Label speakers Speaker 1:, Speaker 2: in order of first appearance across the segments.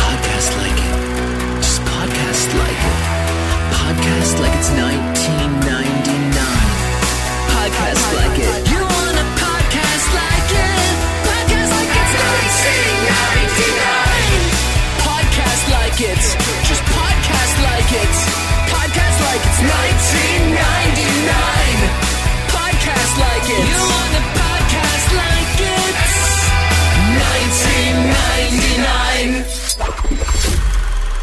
Speaker 1: podcast like it. Just podcast like it. Podcast like it's 1999. Podcast like it. You want a podcast like it? Podcast like it's 1999. Podcast like it. Just podcast like it. Podcast like it's 1999. Podcast like it. You want a podcast like it? 1999.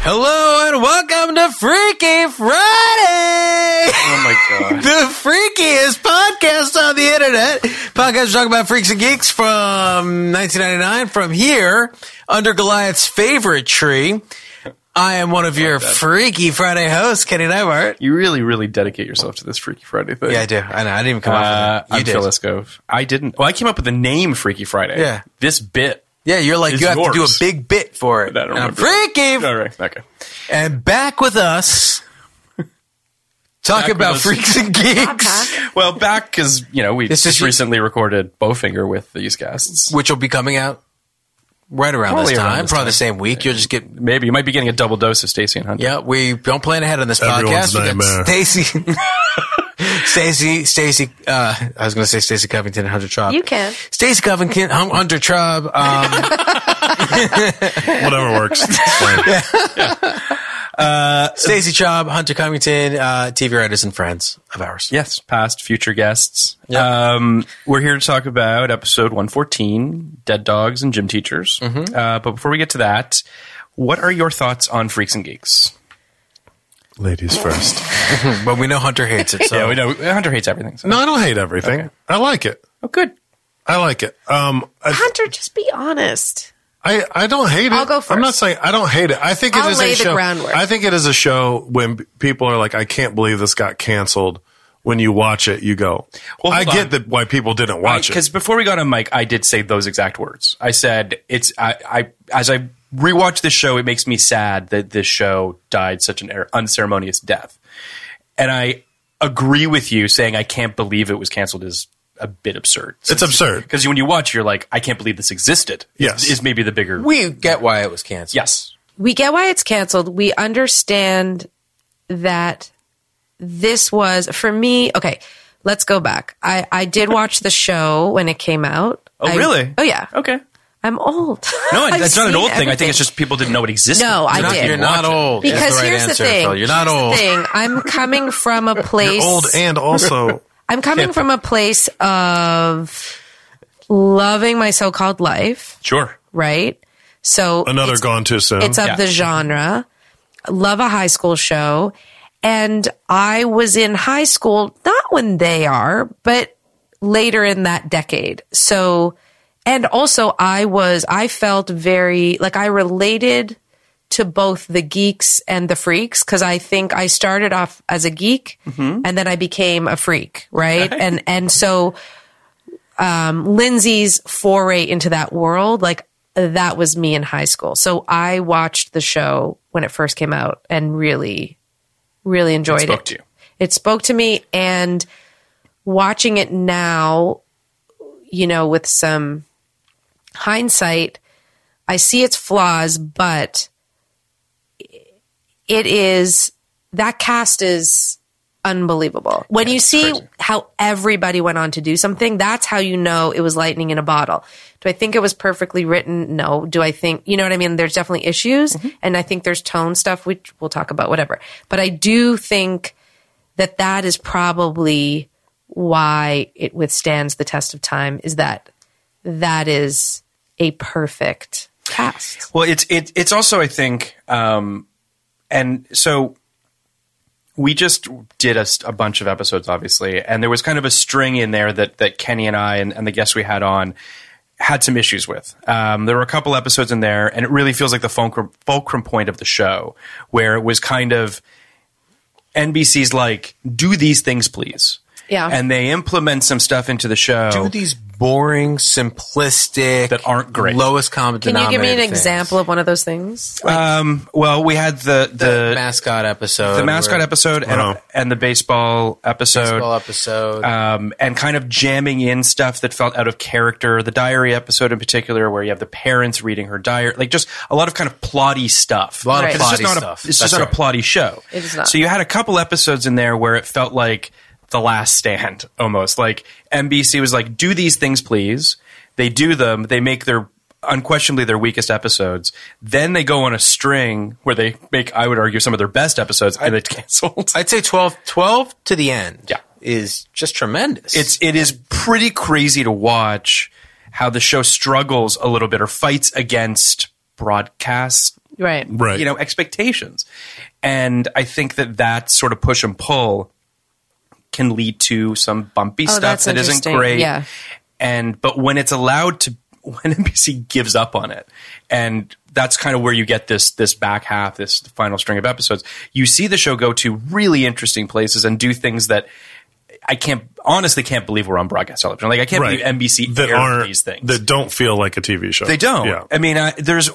Speaker 2: Hello and welcome to Freaky Friday!
Speaker 3: Oh my god.
Speaker 2: The freakiest podcast on the internet. Podcast talking about freaks and geeks from 1999 from here under Goliath's favorite tree. I am one of your Freaky Friday hosts, Kenny Nybart.
Speaker 3: you really, really dedicate yourself to this Freaky Friday thing.
Speaker 2: Yeah, I do. I know. I didn't even come
Speaker 3: Uh,
Speaker 2: up with it. You
Speaker 3: I'm
Speaker 2: did.
Speaker 3: Phil Escove. I didn't. Well, I came up with the name Freaky Friday.
Speaker 2: Yeah.
Speaker 3: This bit.
Speaker 2: Yeah, you're like,
Speaker 3: It's
Speaker 2: you have to do a
Speaker 3: yours.
Speaker 2: big bit for it.
Speaker 3: I don't
Speaker 2: And I'm
Speaker 3: remember.
Speaker 2: freaky!
Speaker 3: All right. Okay.
Speaker 2: And back with us.
Speaker 3: Back
Speaker 2: Talk
Speaker 3: with
Speaker 2: about
Speaker 3: us.
Speaker 2: freaks and geeks,
Speaker 3: Well, back because you know we
Speaker 2: This
Speaker 3: just
Speaker 2: is-
Speaker 3: recently recorded Bowfinger with these guests.
Speaker 2: which will be coming out right around
Speaker 3: Probably
Speaker 2: this
Speaker 3: around
Speaker 2: time,
Speaker 3: this
Speaker 2: probably the
Speaker 3: time.
Speaker 2: same week. You'll just get
Speaker 3: Maybe you might be getting a double dose of Stacey and Hunter.
Speaker 2: Yeah, we don't plan ahead on this
Speaker 4: Everyone's
Speaker 2: podcast. We
Speaker 4: nightmare.
Speaker 2: got Stacy, Stacy, Stacy. Uh, I was going to say Stacy Covington and Hunter Traub.
Speaker 5: You can.
Speaker 2: Stacy Covington, Hun- Hunter Traub. Um,
Speaker 4: Whatever works. It's fine.
Speaker 2: Uh, Stacy Traub, Hunter Covington, uh, TV writers and friends of ours.
Speaker 3: Yes, past, future guests.
Speaker 2: Yep.
Speaker 3: Um, we're here to talk about episode 114 Dead Dogs and Gym Teachers.
Speaker 2: Mm-hmm.
Speaker 3: Uh, but before we get to that, what are your thoughts on Freaks and Geeks?
Speaker 4: Ladies first.
Speaker 2: But we know Hunter hates it. So
Speaker 3: Yeah, we know Hunter hates everything. so-
Speaker 4: No, I don't hate everything. I like it.
Speaker 3: Oh, good.
Speaker 4: I like it. Um, I,
Speaker 5: Hunter, just be honest.
Speaker 4: I, I don't hate it.
Speaker 5: I'll go
Speaker 4: I'm
Speaker 5: first.
Speaker 4: not saying I don't hate it. I think it is
Speaker 5: I'll lay
Speaker 4: a
Speaker 5: the
Speaker 4: show.
Speaker 5: groundwork.
Speaker 4: I think it is a show when people are like, I can't believe this got canceled. When you watch it, you go,
Speaker 3: Well,
Speaker 4: I
Speaker 3: hold
Speaker 4: get
Speaker 3: on.
Speaker 4: that why people didn't watch
Speaker 3: Because
Speaker 4: it.
Speaker 3: before we got on mic, I did say those exact words. I said it's I, I as I rewatch this show, it makes me sad that this show died such an er- unceremonious death. And I agree with you saying I can't believe it was canceled is a bit absurd.
Speaker 4: It's absurd.
Speaker 3: because when you watch, you're like, I can't believe this existed. is-
Speaker 4: Yes.
Speaker 3: is maybe the bigger
Speaker 2: we get why it was canceled.
Speaker 3: yes.
Speaker 5: We get why it's canceled. We understand that this was for me. Okay, let's go back. I I did watch the show when it came out.
Speaker 3: Oh,
Speaker 5: I-
Speaker 3: really?
Speaker 5: Oh yeah.
Speaker 3: Okay.
Speaker 5: I'm old.
Speaker 3: No,
Speaker 5: I've
Speaker 3: that's not an
Speaker 5: seen
Speaker 3: old thing. I
Speaker 5: everything.
Speaker 3: think it's just people didn't know it existed.
Speaker 5: No, I
Speaker 2: You're not,
Speaker 5: did.
Speaker 2: you're not old. is
Speaker 5: because
Speaker 2: the right
Speaker 5: here's
Speaker 2: answer,
Speaker 5: the thing.
Speaker 2: Phil. You're not
Speaker 5: Here's the
Speaker 2: old.
Speaker 5: thing. I'm coming from a place.
Speaker 4: You're old and also
Speaker 5: I'm coming from a place of loving my so-called life,
Speaker 3: Sure.
Speaker 5: right? So
Speaker 4: another
Speaker 5: it's-
Speaker 4: gone too soon.
Speaker 5: It's of
Speaker 3: Yeah.
Speaker 5: the genre. Love a high school show. And I was in high school, not when they are, but later in that decade. So, and also I was, I felt very, like I related to both the geeks and the freaks because I think I started off as a geek and then I became a freak, right? And, and so um, Lindsay's foray into that world, like that was me in high school. So I watched the show when it first came out and really, really enjoyed it.
Speaker 3: spoke to you.
Speaker 5: It spoke to me, and watching it now, you know, with some hindsight, I see its flaws, but it is that cast is unbelievable. When you see how everybody went on to do something, that's how you know it was lightning in a bottle. Do I think it was perfectly written? No. Do I think, you know what I mean? There's definitely issues. And I think there's tone stuff, which we'll talk about, whatever. But I do think that that is probably why it withstands the test of time is that that is a perfect cast.
Speaker 3: Well, it's it, it's also I think, um, and so we just did a, s- a bunch of episodes, obviously, and there was kind of a string in there that that Kenny and I and, and the guests we had on had some issues with. Um, there were a couple episodes in there, and it really feels like the fulcrum, fulcrum point of the show, where it was kind of NBC's like, do these things, please.
Speaker 5: Yeah.
Speaker 3: And they implement some stuff into the show.
Speaker 2: Do these boring, simplistic,
Speaker 3: Oh. That aren't great.
Speaker 2: lowest common
Speaker 5: Can you
Speaker 2: denominator.
Speaker 5: give me an
Speaker 2: things.
Speaker 5: example of one of those things?
Speaker 3: um, well, we had the,
Speaker 2: The,
Speaker 3: the,
Speaker 2: mascot episode.
Speaker 3: the mascot
Speaker 2: where-
Speaker 3: episode and,
Speaker 4: Wow.
Speaker 3: and the baseball episode
Speaker 2: Baseball episode.
Speaker 3: um, and kind of jamming in stuff that felt out of character the diary episode in particular where you have the parents reading her diary like just a lot of kind of plotty stuff
Speaker 2: A lot
Speaker 5: of
Speaker 3: Because it's
Speaker 2: plotty
Speaker 3: just not
Speaker 2: stuff.
Speaker 3: a, it's just
Speaker 2: That's
Speaker 3: not
Speaker 2: right.
Speaker 3: a plotty show
Speaker 5: It is not.
Speaker 3: so you had a couple episodes in there where it felt like the last stand almost like NBC was like do these things please they do them they make their unquestionably their weakest episodes then they go on a string where they make i would argue some of their best episodes and it's canceled
Speaker 2: I'd say 12, 12 to the end.
Speaker 3: Yeah.
Speaker 2: Is just tremendous.
Speaker 3: it's it is pretty crazy to watch how the show struggles a little bit or fights against broadcast
Speaker 5: Right.
Speaker 4: Right.
Speaker 3: you know expectations and i think that that sort of push and pull can lead to some bumpy stuff
Speaker 5: Oh, that's
Speaker 3: that isn't
Speaker 5: interesting.
Speaker 3: great
Speaker 5: Yeah.
Speaker 3: and but when it's allowed to when nbc gives up on it and that's kind of where you get this this back half this final string of episodes you see the show go to really interesting places and do things that i can't honestly can't believe we're on broadcast television like i can't
Speaker 4: right.
Speaker 3: believe nbc
Speaker 4: that
Speaker 3: aired
Speaker 4: aren't
Speaker 3: these things
Speaker 4: that don't feel like a TV show.
Speaker 3: they don't.
Speaker 4: Yeah.
Speaker 3: I mean, I, there's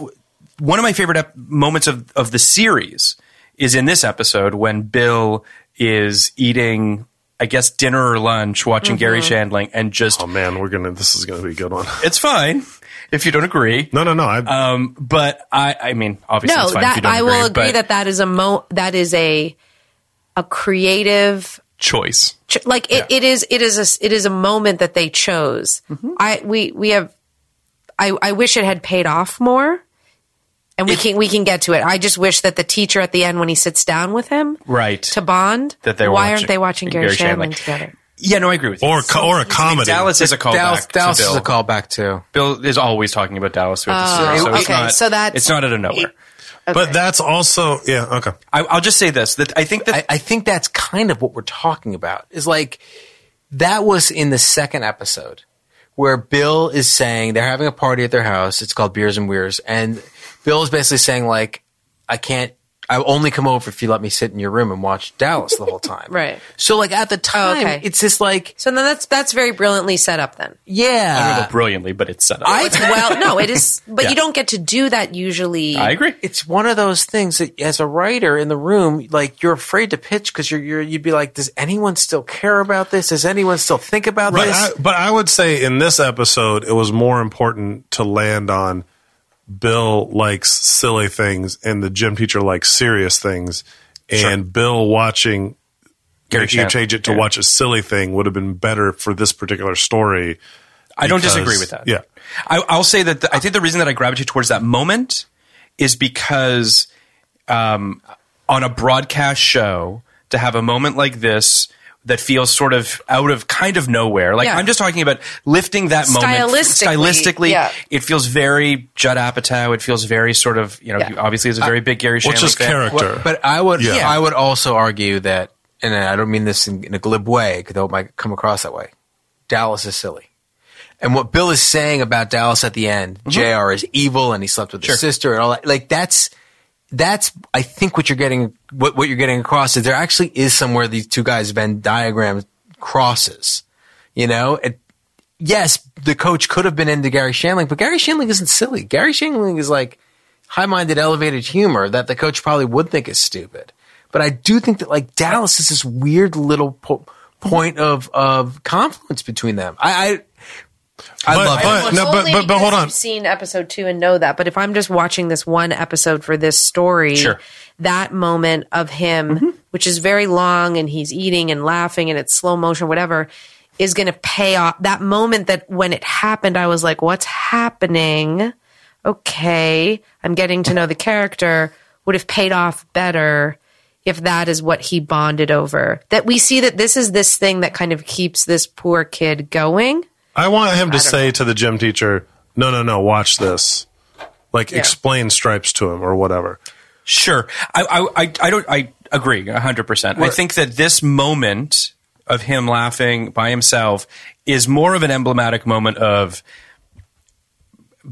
Speaker 3: one of my favorite ep- moments of, of the series is in this episode when Bill is eating, I guess, dinner or lunch, watching Gary
Speaker 5: Mm-hmm.
Speaker 3: Shandling, and just
Speaker 4: oh man, we're gonna. This is gonna be a good one.
Speaker 3: it's fine if you don't agree.
Speaker 4: No, no, no. I,
Speaker 3: Um, but I, I mean, obviously,
Speaker 5: No,
Speaker 3: it's fine if you
Speaker 5: that
Speaker 3: don't
Speaker 5: I will agree
Speaker 3: but
Speaker 5: that that is a mo that is a a creative
Speaker 3: choice.
Speaker 5: ch- like it, it is it is a s- it is a moment that they chose.
Speaker 3: Mm-hmm.
Speaker 5: I we we have I I wish it had paid off more. And we can we can get to it. I just wish that the teacher at the end when he sits down with him
Speaker 3: Right.
Speaker 5: to bond
Speaker 3: That they were
Speaker 5: why
Speaker 3: watching-
Speaker 5: aren't they watching Gary,
Speaker 3: Gary
Speaker 5: Shandling,
Speaker 3: Shandling.
Speaker 5: together?
Speaker 3: Yeah, no, I agree with you.
Speaker 4: or a co- or a comedy.
Speaker 3: Dallas is a callback.
Speaker 2: Dallas,
Speaker 3: to
Speaker 2: Dallas
Speaker 3: Bill.
Speaker 2: is a callback too.
Speaker 3: Bill is always talking about Dallas throughout the series, so it's
Speaker 5: Oh, okay,
Speaker 3: not,
Speaker 5: so that's-
Speaker 3: it's not out of nowhere.
Speaker 4: But that's also yeah. Okay.
Speaker 3: I, I'll just say this: that I think that
Speaker 2: I, I think that's kind of what we're talking about. Is like that was in the second episode where Bill is saying they're having a party at their house. It's called Beers and Weirs, and Bill is basically saying like, I can't. I will only come over if you let me sit in your room and watch Dallas the whole time.
Speaker 5: Right.
Speaker 2: So like at the time,
Speaker 5: okay.
Speaker 2: it's just like
Speaker 5: So then that's that's very brilliantly set up
Speaker 3: I
Speaker 5: then.
Speaker 3: don't know
Speaker 5: uh,
Speaker 2: yeah.
Speaker 3: about brilliantly, but it's set up.
Speaker 5: It's well no, it is but
Speaker 3: Yeah.
Speaker 5: you don't get to do that usually.
Speaker 3: I agree.
Speaker 2: It's one of those things that, as a writer in the room, like you're afraid to pitch because you're, you're you'd be like, does anyone still care about this? Does anyone still think about
Speaker 4: But
Speaker 2: this?
Speaker 4: I, but I would say in this episode, it was more important to land on Bill likes silly things and the gym teacher likes serious things, and Bill watching.
Speaker 3: Gary
Speaker 4: Making you
Speaker 3: Shandling.
Speaker 4: change it to
Speaker 3: Yeah.
Speaker 4: watch a silly thing would have been better for this particular story.
Speaker 3: I don't
Speaker 4: because-
Speaker 3: disagree with that.
Speaker 4: yeah.
Speaker 3: I, I'll say that the, I think the reason that I gravitate towards that moment is because um, on a broadcast show, to have a moment like this that feels sort of out of kind of nowhere. Like
Speaker 5: Yeah.
Speaker 3: I'm just talking about lifting that moment
Speaker 5: Stylistically,
Speaker 3: Stylistically,
Speaker 5: yeah.
Speaker 3: it feels very Judd Apatow. It feels very sort of you know
Speaker 5: Yeah.
Speaker 3: he obviously is a very big Gary
Speaker 4: What's
Speaker 3: Shandling
Speaker 4: his
Speaker 3: fan.
Speaker 4: Uh, character?
Speaker 2: But I would,
Speaker 4: Yeah.
Speaker 2: I would also argue that, and I don't mean this in, in a glib way, though it might come across that way. Dallas is silly, and what Bill is saying about Dallas at the end,
Speaker 4: Mm-hmm.
Speaker 2: Jr. is evil, and he slept with his sister, and all that. Like that's that's I think what you're getting what what you're getting across is there actually is somewhere these two guys Venn diagram crosses. You know, it, yes, the coach could have been into Gary Shanling, but Gary Shanling isn't silly. Gary Shanling is like high minded, elevated humor that the coach probably would think is stupid. But I do think that like Dallas is this weird little po- point of of confluence between them. I I, I
Speaker 4: But-
Speaker 2: love it.
Speaker 4: but- no, but, but, but hold on.
Speaker 5: I've seen episode two and know that. But if I'm just watching this one episode for this story,
Speaker 3: Sure.
Speaker 5: that moment of him, which is very long and he's eating and laughing and it's slow motion, whatever, is going to pay off. That moment that when it happened, I was like, what's happening? Okay. I'm getting to know the character would have paid off better if that is what he bonded over. That we see that this is this thing that kind of keeps this poor kid going.
Speaker 4: I want him to say to the gym teacher, "No, no, no, watch this." Like explain stripes to him or whatever.
Speaker 3: Sure, I I, I, I don't I agree hundred percent. I think that this moment of him laughing by himself is more of an emblematic moment of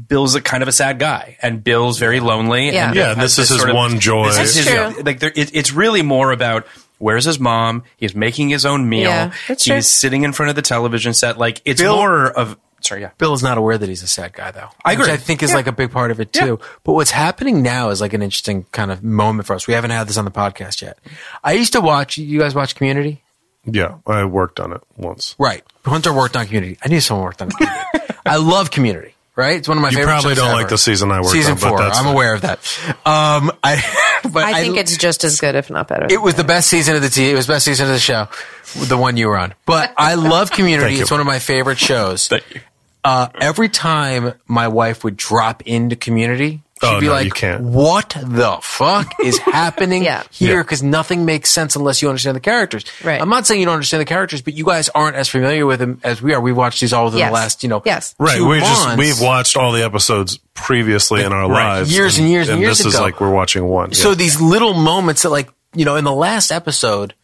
Speaker 3: Bill's a kind of a sad guy, and Bill's very lonely.
Speaker 5: Yeah.
Speaker 3: and
Speaker 4: Yeah,
Speaker 3: Bill has
Speaker 4: this is his
Speaker 3: sort of-
Speaker 4: one joy.
Speaker 3: This is
Speaker 5: That's
Speaker 3: his-
Speaker 5: true.
Speaker 3: Like there, it, it's really more about. Where's his mom? He's making his own meal.
Speaker 5: Yeah, that's
Speaker 3: He's
Speaker 5: true.
Speaker 3: sitting in front of the television set. Like it's
Speaker 2: Bill-
Speaker 3: more of sorry, yeah.
Speaker 2: Bill is not aware that he's a sad guy, though. I
Speaker 3: agree.
Speaker 2: Which I think is like a big part of it too. But what's happening now is like an interesting kind of moment for us. We haven't had this on the podcast yet. I used to watch. You guys watch Community,
Speaker 4: Yeah, I worked on it once.
Speaker 2: right? Hunter worked on Community. I knew someone worked on Community. I love Community. Right? It's one of my
Speaker 4: You
Speaker 2: favorite.
Speaker 4: probably
Speaker 2: shows
Speaker 4: don't
Speaker 2: ever.
Speaker 4: like the season I worked
Speaker 2: Season
Speaker 4: on, but
Speaker 2: four.
Speaker 4: that's
Speaker 2: I'm
Speaker 4: fine.
Speaker 2: aware of that. Um, I, but
Speaker 5: I think it's just as good, if not better.
Speaker 2: It was the best season of the TV. It was the best season of the show, the one you were on. But I love Community.
Speaker 4: Thank you.
Speaker 2: it's one of my favorite shows.
Speaker 3: Thank you.
Speaker 2: Uh, every time my wife would drop into Community, she'd
Speaker 4: Oh,
Speaker 2: be
Speaker 4: no,
Speaker 2: like,
Speaker 4: you can't.
Speaker 2: "What the fuck is happening
Speaker 5: Yeah.
Speaker 2: here?"
Speaker 4: Yeah.
Speaker 2: Because nothing makes sense unless you understand the characters.
Speaker 5: Right.
Speaker 2: I'm not saying you don't understand the characters, but you guys aren't as familiar with them as we are. We watched these all within
Speaker 5: Yes.
Speaker 2: the last, you know,
Speaker 5: Yes.
Speaker 4: Right,
Speaker 2: two
Speaker 4: we just
Speaker 2: months.
Speaker 4: we've watched all the episodes previously in our
Speaker 2: Right.
Speaker 4: lives,
Speaker 2: Years and years and years
Speaker 4: This is
Speaker 2: ago.
Speaker 4: like we're watching one.
Speaker 2: So
Speaker 4: yeah.
Speaker 2: these little moments that, like, you know, in the last episode,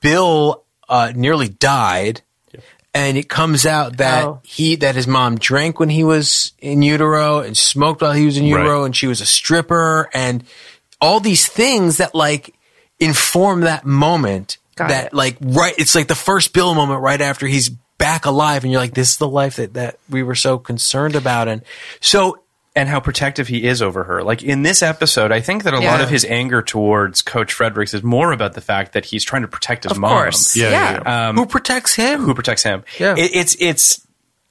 Speaker 2: Bill uh, nearly died, and it comes out that
Speaker 5: Oh.
Speaker 2: he that his mom drank when he was in utero and smoked while he was in utero,
Speaker 4: Right.
Speaker 2: and she was a stripper, and all these things that like inform that moment.
Speaker 5: Got
Speaker 2: that
Speaker 5: it.
Speaker 2: like right, it's like the first Bill moment right after he's back alive, and you're like, this is the life that that we were so concerned about, and so
Speaker 3: and how protective he is over her. Like in this episode, I think that a lot
Speaker 5: Yeah.
Speaker 3: of his anger towards Coach Fredericks is more about the fact that he's trying to protect his
Speaker 5: of
Speaker 3: mom,
Speaker 5: course.
Speaker 4: Yeah,
Speaker 5: Yeah.
Speaker 4: yeah, yeah.
Speaker 2: who protects him?
Speaker 3: who protects him.
Speaker 2: Yeah.
Speaker 3: It, it's it's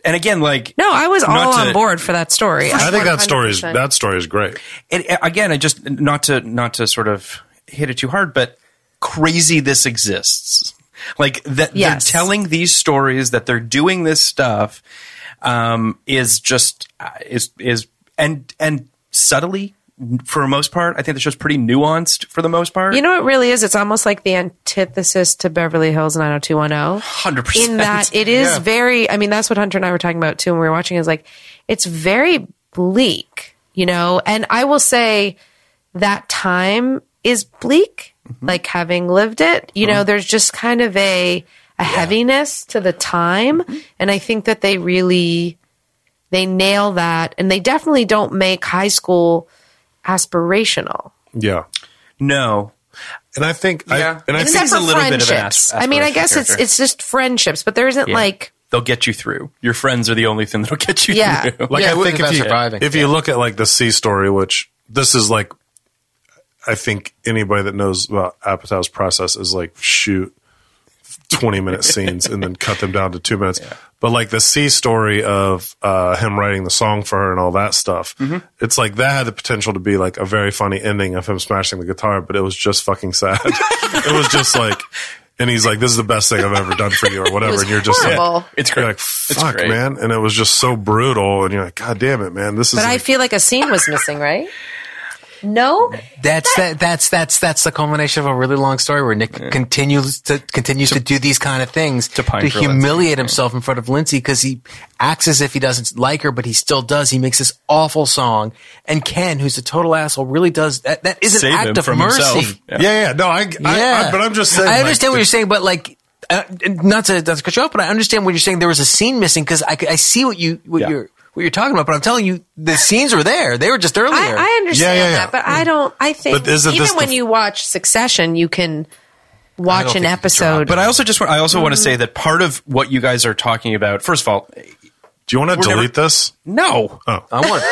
Speaker 3: and again like
Speaker 5: No, I was
Speaker 3: Not
Speaker 5: all
Speaker 3: to-
Speaker 5: on board for that story.
Speaker 4: I think that story is
Speaker 5: 100%.
Speaker 4: that story is great.
Speaker 3: it, again. I just not to not to sort of hit it too hard, but crazy this exists. Like that
Speaker 5: Yes.
Speaker 3: they're telling these stories that they're doing this stuff um, is just uh, is is and and subtly for the most part. I think the show's pretty nuanced for the most part.
Speaker 5: You know, it really is. It's almost like the antithesis to Beverly Hills 90210.
Speaker 3: 100%.
Speaker 5: In that it is very, I mean, that's what Hunter and I were talking about too when we were watching is like, it's very bleak, you know? And I will say that time is bleak, like having lived it, you know, there's just kind of a, a heaviness to the time. And I think that they really, they nail that. And they definitely don't make high school aspirational.
Speaker 4: Yeah,
Speaker 3: No.
Speaker 4: and I think,
Speaker 3: Yeah.
Speaker 4: I, and I
Speaker 3: It's
Speaker 4: think
Speaker 3: a little bit of an
Speaker 5: friendships.
Speaker 3: asp-
Speaker 5: I mean, I
Speaker 3: aspirational
Speaker 5: guess it's
Speaker 3: character.
Speaker 5: it's just friendships, but there isn't
Speaker 3: Yeah.
Speaker 5: like
Speaker 3: They'll get you through. Your friends are the only thing that'll get you
Speaker 5: Yeah.
Speaker 3: through.
Speaker 4: Like
Speaker 2: Yeah, it
Speaker 4: I
Speaker 2: was
Speaker 4: think
Speaker 2: about
Speaker 4: if you
Speaker 2: surviving.
Speaker 4: if you look at like the C story, which this is like, I think anybody that knows about Apatow's process is like shoot twenty minute scenes and then cut them down to two minutes. But like the C story of uh, him writing the song for her and all that stuff, it's like that had the potential to be like a very funny ending of him smashing the guitar, but it was just fucking sad. it was just like. And he's like, "This is the best thing I've ever done for you," or whatever.
Speaker 5: was
Speaker 4: And you're just
Speaker 5: horrible.
Speaker 4: like,
Speaker 3: It's
Speaker 4: you're
Speaker 3: great.
Speaker 4: like,
Speaker 3: It's
Speaker 4: "Fuck,
Speaker 3: great.
Speaker 4: man!" And it was just so brutal. And you're like, "God damn it, man! This is."
Speaker 5: but I
Speaker 4: like-
Speaker 5: feel like a scene was missing, right? No?
Speaker 2: That's that, that's that's that's the culmination of a really long story where Nick continues to continues to, do these kind of things to,
Speaker 3: pine for Lindsay,
Speaker 2: humiliate himself in front of Lindsay because he acts as if he doesn't like her, but he still does. He makes this awful song, and Ken, who's a total asshole, really does that. That is an
Speaker 3: Save him
Speaker 2: act of
Speaker 3: from
Speaker 2: mercy.
Speaker 3: himself.
Speaker 4: Yeah, yeah. No, I, I-
Speaker 2: Yeah,
Speaker 4: I- but I'm just saying.
Speaker 2: I
Speaker 4: like,
Speaker 2: understand what
Speaker 4: the-
Speaker 2: you're saying, but like. Uh, not to not to cut you off, but I understand what you're saying. There was a scene missing because I, c- I see what you what
Speaker 3: Yeah.
Speaker 2: you're what you're talking about, but I'm telling you the scenes were there. They were just earlier.
Speaker 5: I, I understand
Speaker 4: Yeah, yeah, yeah.
Speaker 5: that, but I don't I think
Speaker 4: But isn't
Speaker 5: even
Speaker 4: this the-
Speaker 5: when you watch Succession, you can watch an episode.
Speaker 3: But I also just want, I also
Speaker 5: Mm-hmm.
Speaker 3: want to say that part of what you guys are talking about, first of all,
Speaker 4: Do you want to
Speaker 3: never-
Speaker 4: delete this?
Speaker 3: no,
Speaker 4: Oh.
Speaker 3: I want.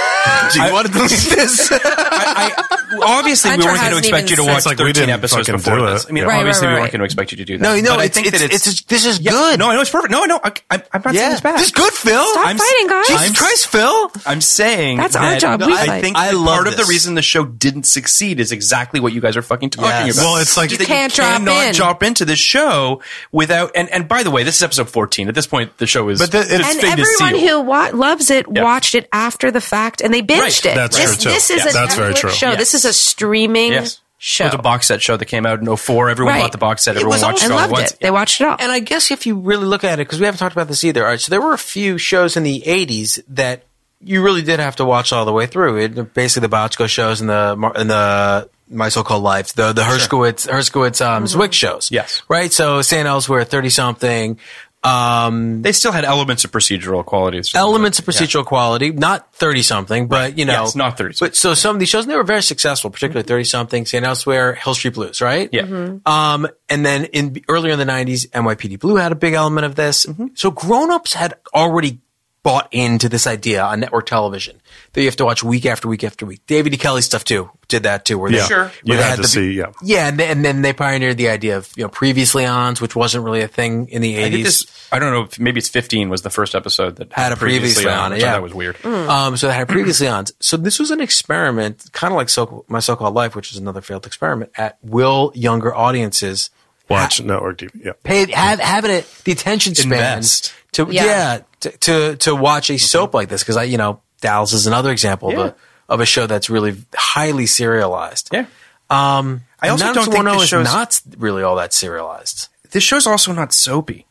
Speaker 3: I want this. I, I, obviously, we
Speaker 5: Hunter
Speaker 3: weren't going to
Speaker 5: hasn't
Speaker 3: expect you
Speaker 5: even
Speaker 3: to
Speaker 5: said-
Speaker 3: watch
Speaker 4: It's like we
Speaker 3: thirteen
Speaker 4: didn't
Speaker 3: episodes
Speaker 4: fucking
Speaker 3: before
Speaker 4: do
Speaker 3: this.
Speaker 4: it.
Speaker 3: I mean,
Speaker 4: Yeah.
Speaker 5: Right,
Speaker 3: obviously,
Speaker 5: right,
Speaker 3: we
Speaker 5: right.
Speaker 3: weren't going to expect you to do that.
Speaker 2: No, no,
Speaker 3: But I
Speaker 2: it's-
Speaker 3: think
Speaker 2: it's-
Speaker 3: that it's,
Speaker 2: it's- this is
Speaker 3: Yeah,
Speaker 2: good.
Speaker 3: No, I know it's perfect. No, I know. I, I, I'm not saying it's bad.
Speaker 2: This is good, Phil.
Speaker 5: Stop
Speaker 3: I'm s-
Speaker 5: fighting, guys.
Speaker 2: Jesus
Speaker 3: I'm-
Speaker 2: Christ, Phil.
Speaker 3: I'm saying
Speaker 5: That's our
Speaker 3: that-
Speaker 5: job.
Speaker 3: No,
Speaker 5: We
Speaker 3: I
Speaker 5: fight.
Speaker 3: think
Speaker 2: I
Speaker 3: that
Speaker 2: love
Speaker 3: part of the
Speaker 2: this.
Speaker 3: reason the show didn't succeed is exactly what you guys are fucking talking
Speaker 2: Yes.
Speaker 3: about.
Speaker 4: Well, it's like-
Speaker 3: That
Speaker 4: You
Speaker 5: can't drop
Speaker 3: cannot
Speaker 5: in.
Speaker 3: drop into this show without. And and by the way, this is episode 14. At this point, the show is.
Speaker 4: But the- it-
Speaker 3: its
Speaker 5: and
Speaker 3: fate is
Speaker 5: everyone
Speaker 3: sealed.
Speaker 5: who wa- loves it watched it after the fact, and they binged
Speaker 3: Right.
Speaker 5: it.
Speaker 4: That's
Speaker 5: this,
Speaker 4: true, too.
Speaker 5: This is
Speaker 4: Yeah.
Speaker 5: a
Speaker 4: That's very
Speaker 5: Netflix
Speaker 4: true.
Speaker 5: show. This is a streaming
Speaker 3: Yes.
Speaker 5: show.
Speaker 3: It was a box set show that came out in 04. Everyone
Speaker 5: Right.
Speaker 3: bought the box set.
Speaker 2: It
Speaker 3: Everyone
Speaker 2: was
Speaker 3: watched
Speaker 2: awesome.
Speaker 5: and
Speaker 3: it all at
Speaker 5: loved
Speaker 3: once.
Speaker 5: it. They watched it all.
Speaker 2: And I guess if you really look at it, because we haven't talked about this either. All right, so there were a few shows in the '80s that you really did have to watch all the way through. It, basically, the Bochco shows and the Mar- and the My So Called Life, the the Herskowitz Herskowitz um, Zwick shows.
Speaker 3: Mm-hmm. Yes.
Speaker 2: right. So St. Elsewhere, thirty something. Um,
Speaker 3: They still had elements of procedural qualities.
Speaker 2: elements of procedural quality, not 30 something, but you know,
Speaker 3: Yes, not 30
Speaker 2: But so some of these shows, and they were very successful, particularly 30 something, St. Elsewhere, Hill Street Blues, right?
Speaker 3: Yeah.
Speaker 2: Um, and then in earlier in the 90s, NYPD Blue had a big element of this. So grown ups had already bought into this idea on network television that you have to watch week after week after week. David E. Kelly stuff too did that too. Where
Speaker 4: Yeah.
Speaker 2: they,
Speaker 4: Sure.
Speaker 2: where
Speaker 4: You
Speaker 2: they
Speaker 4: had to
Speaker 2: the-
Speaker 4: see, yeah.
Speaker 2: yeah, and then, and then they pioneered the idea of you know previously ons, which wasn't really a thing in the
Speaker 3: I think
Speaker 2: eighties.
Speaker 3: this. I don't know. if Maybe it's 15 was the first episode that
Speaker 2: Had a previously on it,
Speaker 3: which I
Speaker 2: yeah.
Speaker 3: thought was weird.
Speaker 5: Mm.
Speaker 2: Um, so that had previously on. So this was an experiment, kind of like so, my so-called life, which is another failed experiment at will younger audiences
Speaker 4: Watch network TV. Yeah.
Speaker 2: pay have having it the attention span
Speaker 3: Invest.
Speaker 2: to yeah,
Speaker 5: Yeah.
Speaker 2: to, to to watch a soap like this because I you know Dallas is another example of,
Speaker 3: Yeah.
Speaker 2: a, of a show that's really highly serialized.
Speaker 3: Yeah.
Speaker 2: Um,
Speaker 3: I also don't think this
Speaker 2: is
Speaker 3: show's-
Speaker 2: not really all that serialized.
Speaker 3: this show's also not soapy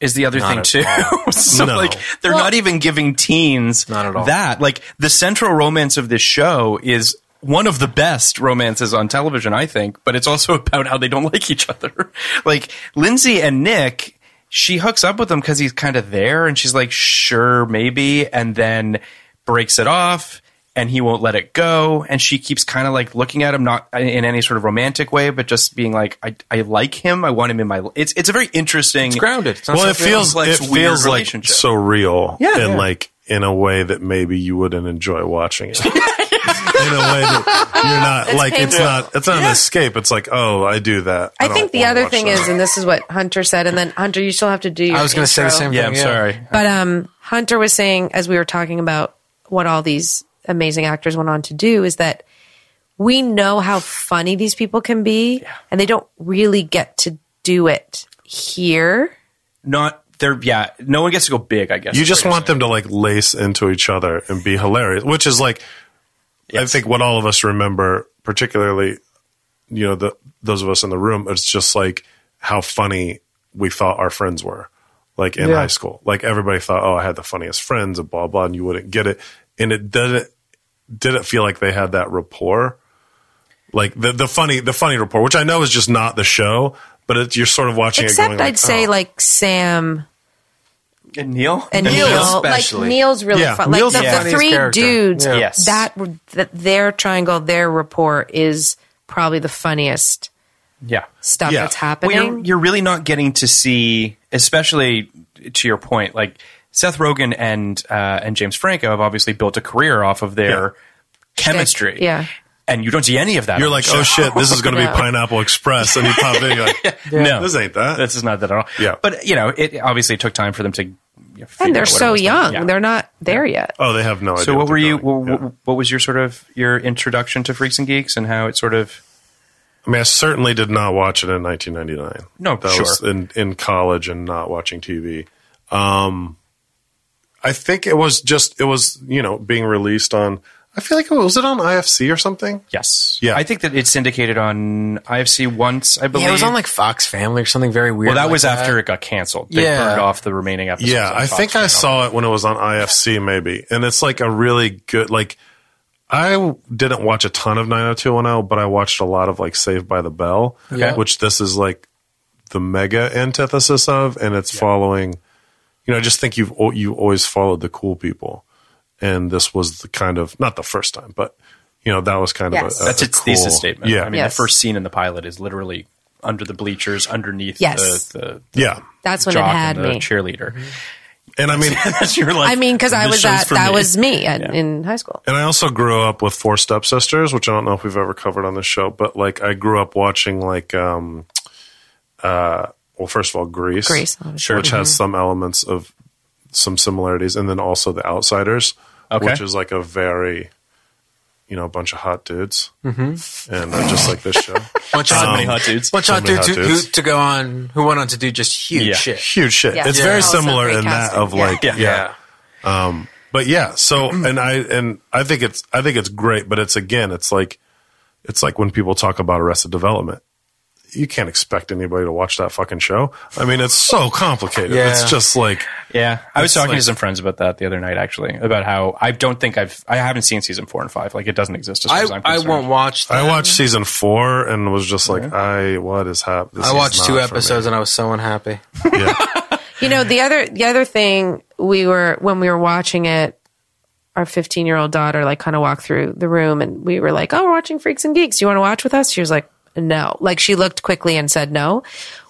Speaker 3: is the other
Speaker 2: at
Speaker 3: thing too so
Speaker 4: No.
Speaker 3: like they're not even giving teens
Speaker 2: Not at all.
Speaker 3: that like the central romance of this show is one of the best romances on television i think but it's also about how they don't like each other like lindsay and nick she hooks up with him because he's kind of there and she's like sure maybe and then breaks it off and he won't let it go and she keeps kind of like looking at him not in any sort of romantic way but just being like i, I like him i want him in my li-" it's it's a very interesting
Speaker 2: It's grounded. It's not
Speaker 4: Well, it
Speaker 2: something-
Speaker 4: feels like it
Speaker 3: complex, weird
Speaker 4: feels like
Speaker 3: relationship.
Speaker 4: so real,
Speaker 3: Yeah.
Speaker 4: and
Speaker 3: Yeah.
Speaker 4: like in a way that maybe you wouldn't enjoy watching it. in a way that you're not like it's
Speaker 5: painful.
Speaker 4: not it's not an escape. It's like oh, I do that.
Speaker 5: I
Speaker 4: don't
Speaker 5: think the
Speaker 4: wanna
Speaker 5: other
Speaker 4: watch
Speaker 5: thing
Speaker 4: that.
Speaker 5: is, and this is what Hunter said, and then Hunter, you still have to do. Your
Speaker 2: I was going to say the
Speaker 5: intro.
Speaker 2: same
Speaker 3: yeah
Speaker 2: thing.
Speaker 3: i'm sorry
Speaker 5: But um, Hunter was saying, as we were talking about what all these amazing actors went on to do, is that we know how funny these people can be, and they don't really get to do it here.
Speaker 3: not they're yeah no one gets to go big i guess
Speaker 4: you
Speaker 3: is
Speaker 4: just
Speaker 3: what
Speaker 4: want them to like lace into each other and be hilarious, which is like I think what all of us remember, particularly you know the those of us in the room, it's just like how funny we thought our friends were, like in high school. Like everybody thought, oh, I had the funniest friends and blah blah, and you wouldn't get it, and it didn't didn't feel like they had that rapport, like the the funny the funny rapport, which I know is just not the show, but it, you're sort of watching. it
Speaker 5: Except
Speaker 4: going
Speaker 5: I'd say
Speaker 4: oh.
Speaker 5: like Sam
Speaker 3: you're saying. and neil
Speaker 5: and
Speaker 2: Neil
Speaker 5: Neil,
Speaker 2: especially.
Speaker 5: like Neil's really
Speaker 4: Yeah,
Speaker 5: fun. Like
Speaker 2: Neil's
Speaker 5: the,
Speaker 2: the
Speaker 5: the
Speaker 2: funniest
Speaker 5: three
Speaker 2: character.
Speaker 5: dudes,
Speaker 2: Yeah.
Speaker 3: Yes.
Speaker 5: that that their triangle, their rapport is probably the funniest
Speaker 3: yeah
Speaker 5: stuff
Speaker 4: Yeah.
Speaker 5: that's
Speaker 3: well,
Speaker 5: happening.
Speaker 3: you're, you're really not getting to see especially to your point like seth rogen and uh, and james franco have obviously built a career off of their chemistry
Speaker 5: Yeah.
Speaker 3: and you don't see any of that
Speaker 4: You're
Speaker 3: on
Speaker 4: like,
Speaker 3: the
Speaker 4: oh
Speaker 3: show.
Speaker 4: shit, this is going to be
Speaker 5: No.
Speaker 4: Pineapple Express, and you pop in, you're like,
Speaker 3: No.
Speaker 4: this ain't that.
Speaker 3: this is not that at all.
Speaker 4: Yeah.
Speaker 3: But you know, it obviously took time for them to. you know, figure
Speaker 5: and they're
Speaker 3: out what it
Speaker 5: so
Speaker 3: was.
Speaker 5: young;
Speaker 3: Yeah.
Speaker 5: they're not there yet.
Speaker 4: oh, they have no idea.
Speaker 3: So what
Speaker 4: they're
Speaker 3: were you?
Speaker 4: doing.
Speaker 3: What,
Speaker 4: Yeah.
Speaker 3: what- what was your sort of your introduction to Freaks and Geeks and how it sort of?
Speaker 4: I mean, I certainly did not watch it in 1999.
Speaker 3: No,
Speaker 4: that was
Speaker 3: sure.
Speaker 4: in in college and not watching TV. Um, I think it was just it was you know being released on. I feel like it was it on IFC or something.
Speaker 3: Yes.
Speaker 4: Yeah.
Speaker 3: I think that it's syndicated on IFC once. I believe
Speaker 2: Yeah, it was on like Fox Family or something very weird.
Speaker 3: Well, that
Speaker 2: like
Speaker 3: was after it got canceled. They
Speaker 2: Yeah.
Speaker 3: burned off the remaining episodes.
Speaker 4: Yeah,
Speaker 3: on
Speaker 4: I
Speaker 3: Fox
Speaker 4: think I
Speaker 3: Channel.
Speaker 4: saw it when it was on IFC maybe, and it's like a really good like. I didn't watch a ton of 90210, but I watched a lot of like Saved by the Bell,
Speaker 3: Okay.
Speaker 4: which this is like the mega antithesis of, and it's following. You know, I just think you've al- you always followed the cool people, and this was the kind of not the first time, but you know that was kind
Speaker 5: Yes.
Speaker 4: of a, a,
Speaker 3: That's
Speaker 4: a
Speaker 3: its
Speaker 4: cool-
Speaker 3: thesis statement.
Speaker 4: Yeah,
Speaker 3: I mean,
Speaker 5: Yes.
Speaker 3: the first scene in the pilot is literally under the bleachers underneath
Speaker 5: Yes.
Speaker 3: the, the
Speaker 4: Yeah.
Speaker 5: That's when it
Speaker 3: jock
Speaker 5: had
Speaker 3: and the
Speaker 5: me. Mm-hmm.
Speaker 3: cheerleader.
Speaker 4: And I mean,
Speaker 3: That's your life.
Speaker 5: I mean, because I
Speaker 3: This
Speaker 5: was
Speaker 3: show's
Speaker 5: that.
Speaker 3: for
Speaker 5: That
Speaker 3: me.
Speaker 5: was me at, in high school.
Speaker 4: And I also grew up with four stepsisters, which I don't know if we've ever covered on this show, but like I grew up watching like um uh well first of all Greece.
Speaker 5: Grease. Mm-hmm.
Speaker 4: Which has some elements of some similarities and then also the outsiders,
Speaker 3: Okay.
Speaker 4: which is like a very you know, a bunch of hot dudes. Mm-hmm. And I just like this show.
Speaker 6: Bunch of
Speaker 3: So
Speaker 6: hot-
Speaker 3: many hot dudes.
Speaker 6: bunch
Speaker 4: So
Speaker 6: of hot
Speaker 4: many
Speaker 6: dudes
Speaker 4: hot
Speaker 6: who,
Speaker 4: dudes.
Speaker 6: who to go on who went on to do just huge
Speaker 3: Yeah.
Speaker 6: shit.
Speaker 4: Huge shit.
Speaker 5: Yeah.
Speaker 4: It's
Speaker 5: Yeah.
Speaker 4: very
Speaker 5: Also
Speaker 4: similar
Speaker 5: great
Speaker 4: in that
Speaker 5: casting.
Speaker 4: of like
Speaker 3: Yeah.
Speaker 4: yeah. but yeah so and i and i think it's i think it's great but it's again it's like it's like when people talk about arrested development you can't expect anybody to watch that fucking show i mean it's so complicated
Speaker 6: Yeah.
Speaker 4: it's just like
Speaker 3: Yeah, I was
Speaker 4: It's
Speaker 3: talking
Speaker 4: like-
Speaker 3: to some friends about that the other night, actually, about how I don't think I've I haven't seen season four and five. Like it doesn't exist. As far
Speaker 6: I,
Speaker 3: as I'm
Speaker 6: I
Speaker 3: concerned.
Speaker 6: won't watch. That.
Speaker 4: i watched season four and was just like i what is happening
Speaker 6: I watched two episodes and I was so unhappy.
Speaker 4: yeah.
Speaker 5: You know, the other the other thing we were when we were watching it, our 15 year old daughter like kind of walked through the room and we were like, "Oh, we're watching Freaks and Geeks. Do you want to watch with us?" She was like, "No." Like she looked quickly and said no,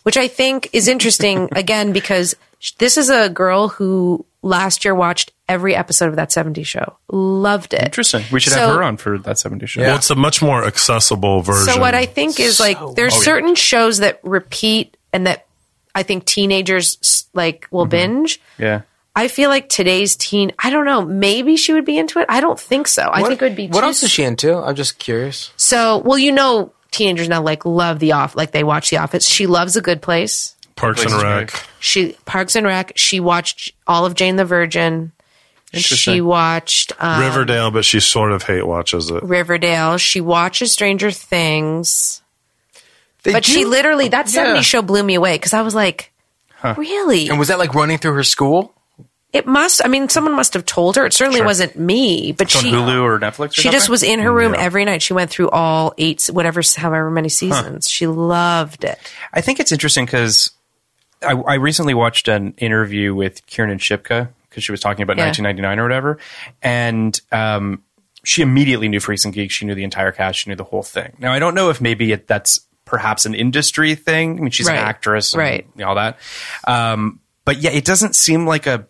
Speaker 5: which I think is interesting again because sh- this is a girl who last year watched every episode of that 70s show. Loved it.
Speaker 3: Interesting. We should
Speaker 5: So-
Speaker 3: have her on for that seventy show.
Speaker 4: well it's a much more accessible version
Speaker 5: So what I think is like there's certain shows that repeat and that I think teenagers s- like will
Speaker 6: Mm-hmm.
Speaker 5: binge.
Speaker 3: Yeah.
Speaker 5: I feel like today's teen, I don't know, maybe she would be into it. I don't think so. I think it would be
Speaker 6: What
Speaker 5: too-
Speaker 6: else is she into? I'm just curious.
Speaker 5: So, well, you know, teenagers now like love the off, like they watch the office. She loves a good place.
Speaker 4: parks and
Speaker 3: Places
Speaker 4: rec
Speaker 3: Right.
Speaker 5: She Parks and Rec. She watched all of Jane the Virgin. She
Speaker 3: Interesting.
Speaker 5: watched um,
Speaker 4: riverdale but she sort of hate watches it
Speaker 5: Riverdale. She watches Stranger Things.
Speaker 6: They
Speaker 5: but
Speaker 6: do-
Speaker 5: she literally that
Speaker 6: Yeah.
Speaker 5: 70 show blew me away because I was like, really?
Speaker 6: And was that like running through her school?
Speaker 5: it must. I mean, someone must have told her. It certainly wasn't me. But
Speaker 3: It's
Speaker 5: she
Speaker 3: on Hulu or Netflix. Or
Speaker 5: She
Speaker 3: something?
Speaker 5: just
Speaker 3: Mm,
Speaker 5: was in her room every night. She went through all eight, whatever, however many seasons. She loved it.
Speaker 3: I think it's interesting because I, I recently watched an interview with Kiernan Shipka because she was talking about
Speaker 5: Yeah.
Speaker 3: 1999 or whatever, and um, she immediately knew Freaks and Geeks. She knew the entire cast. She knew the whole thing. Now I don't know if maybe it, that's perhaps an industry thing. I mean, she's
Speaker 5: Right.
Speaker 3: an actress, and
Speaker 5: Right.
Speaker 3: All that, um, but yeah, it doesn't seem like a.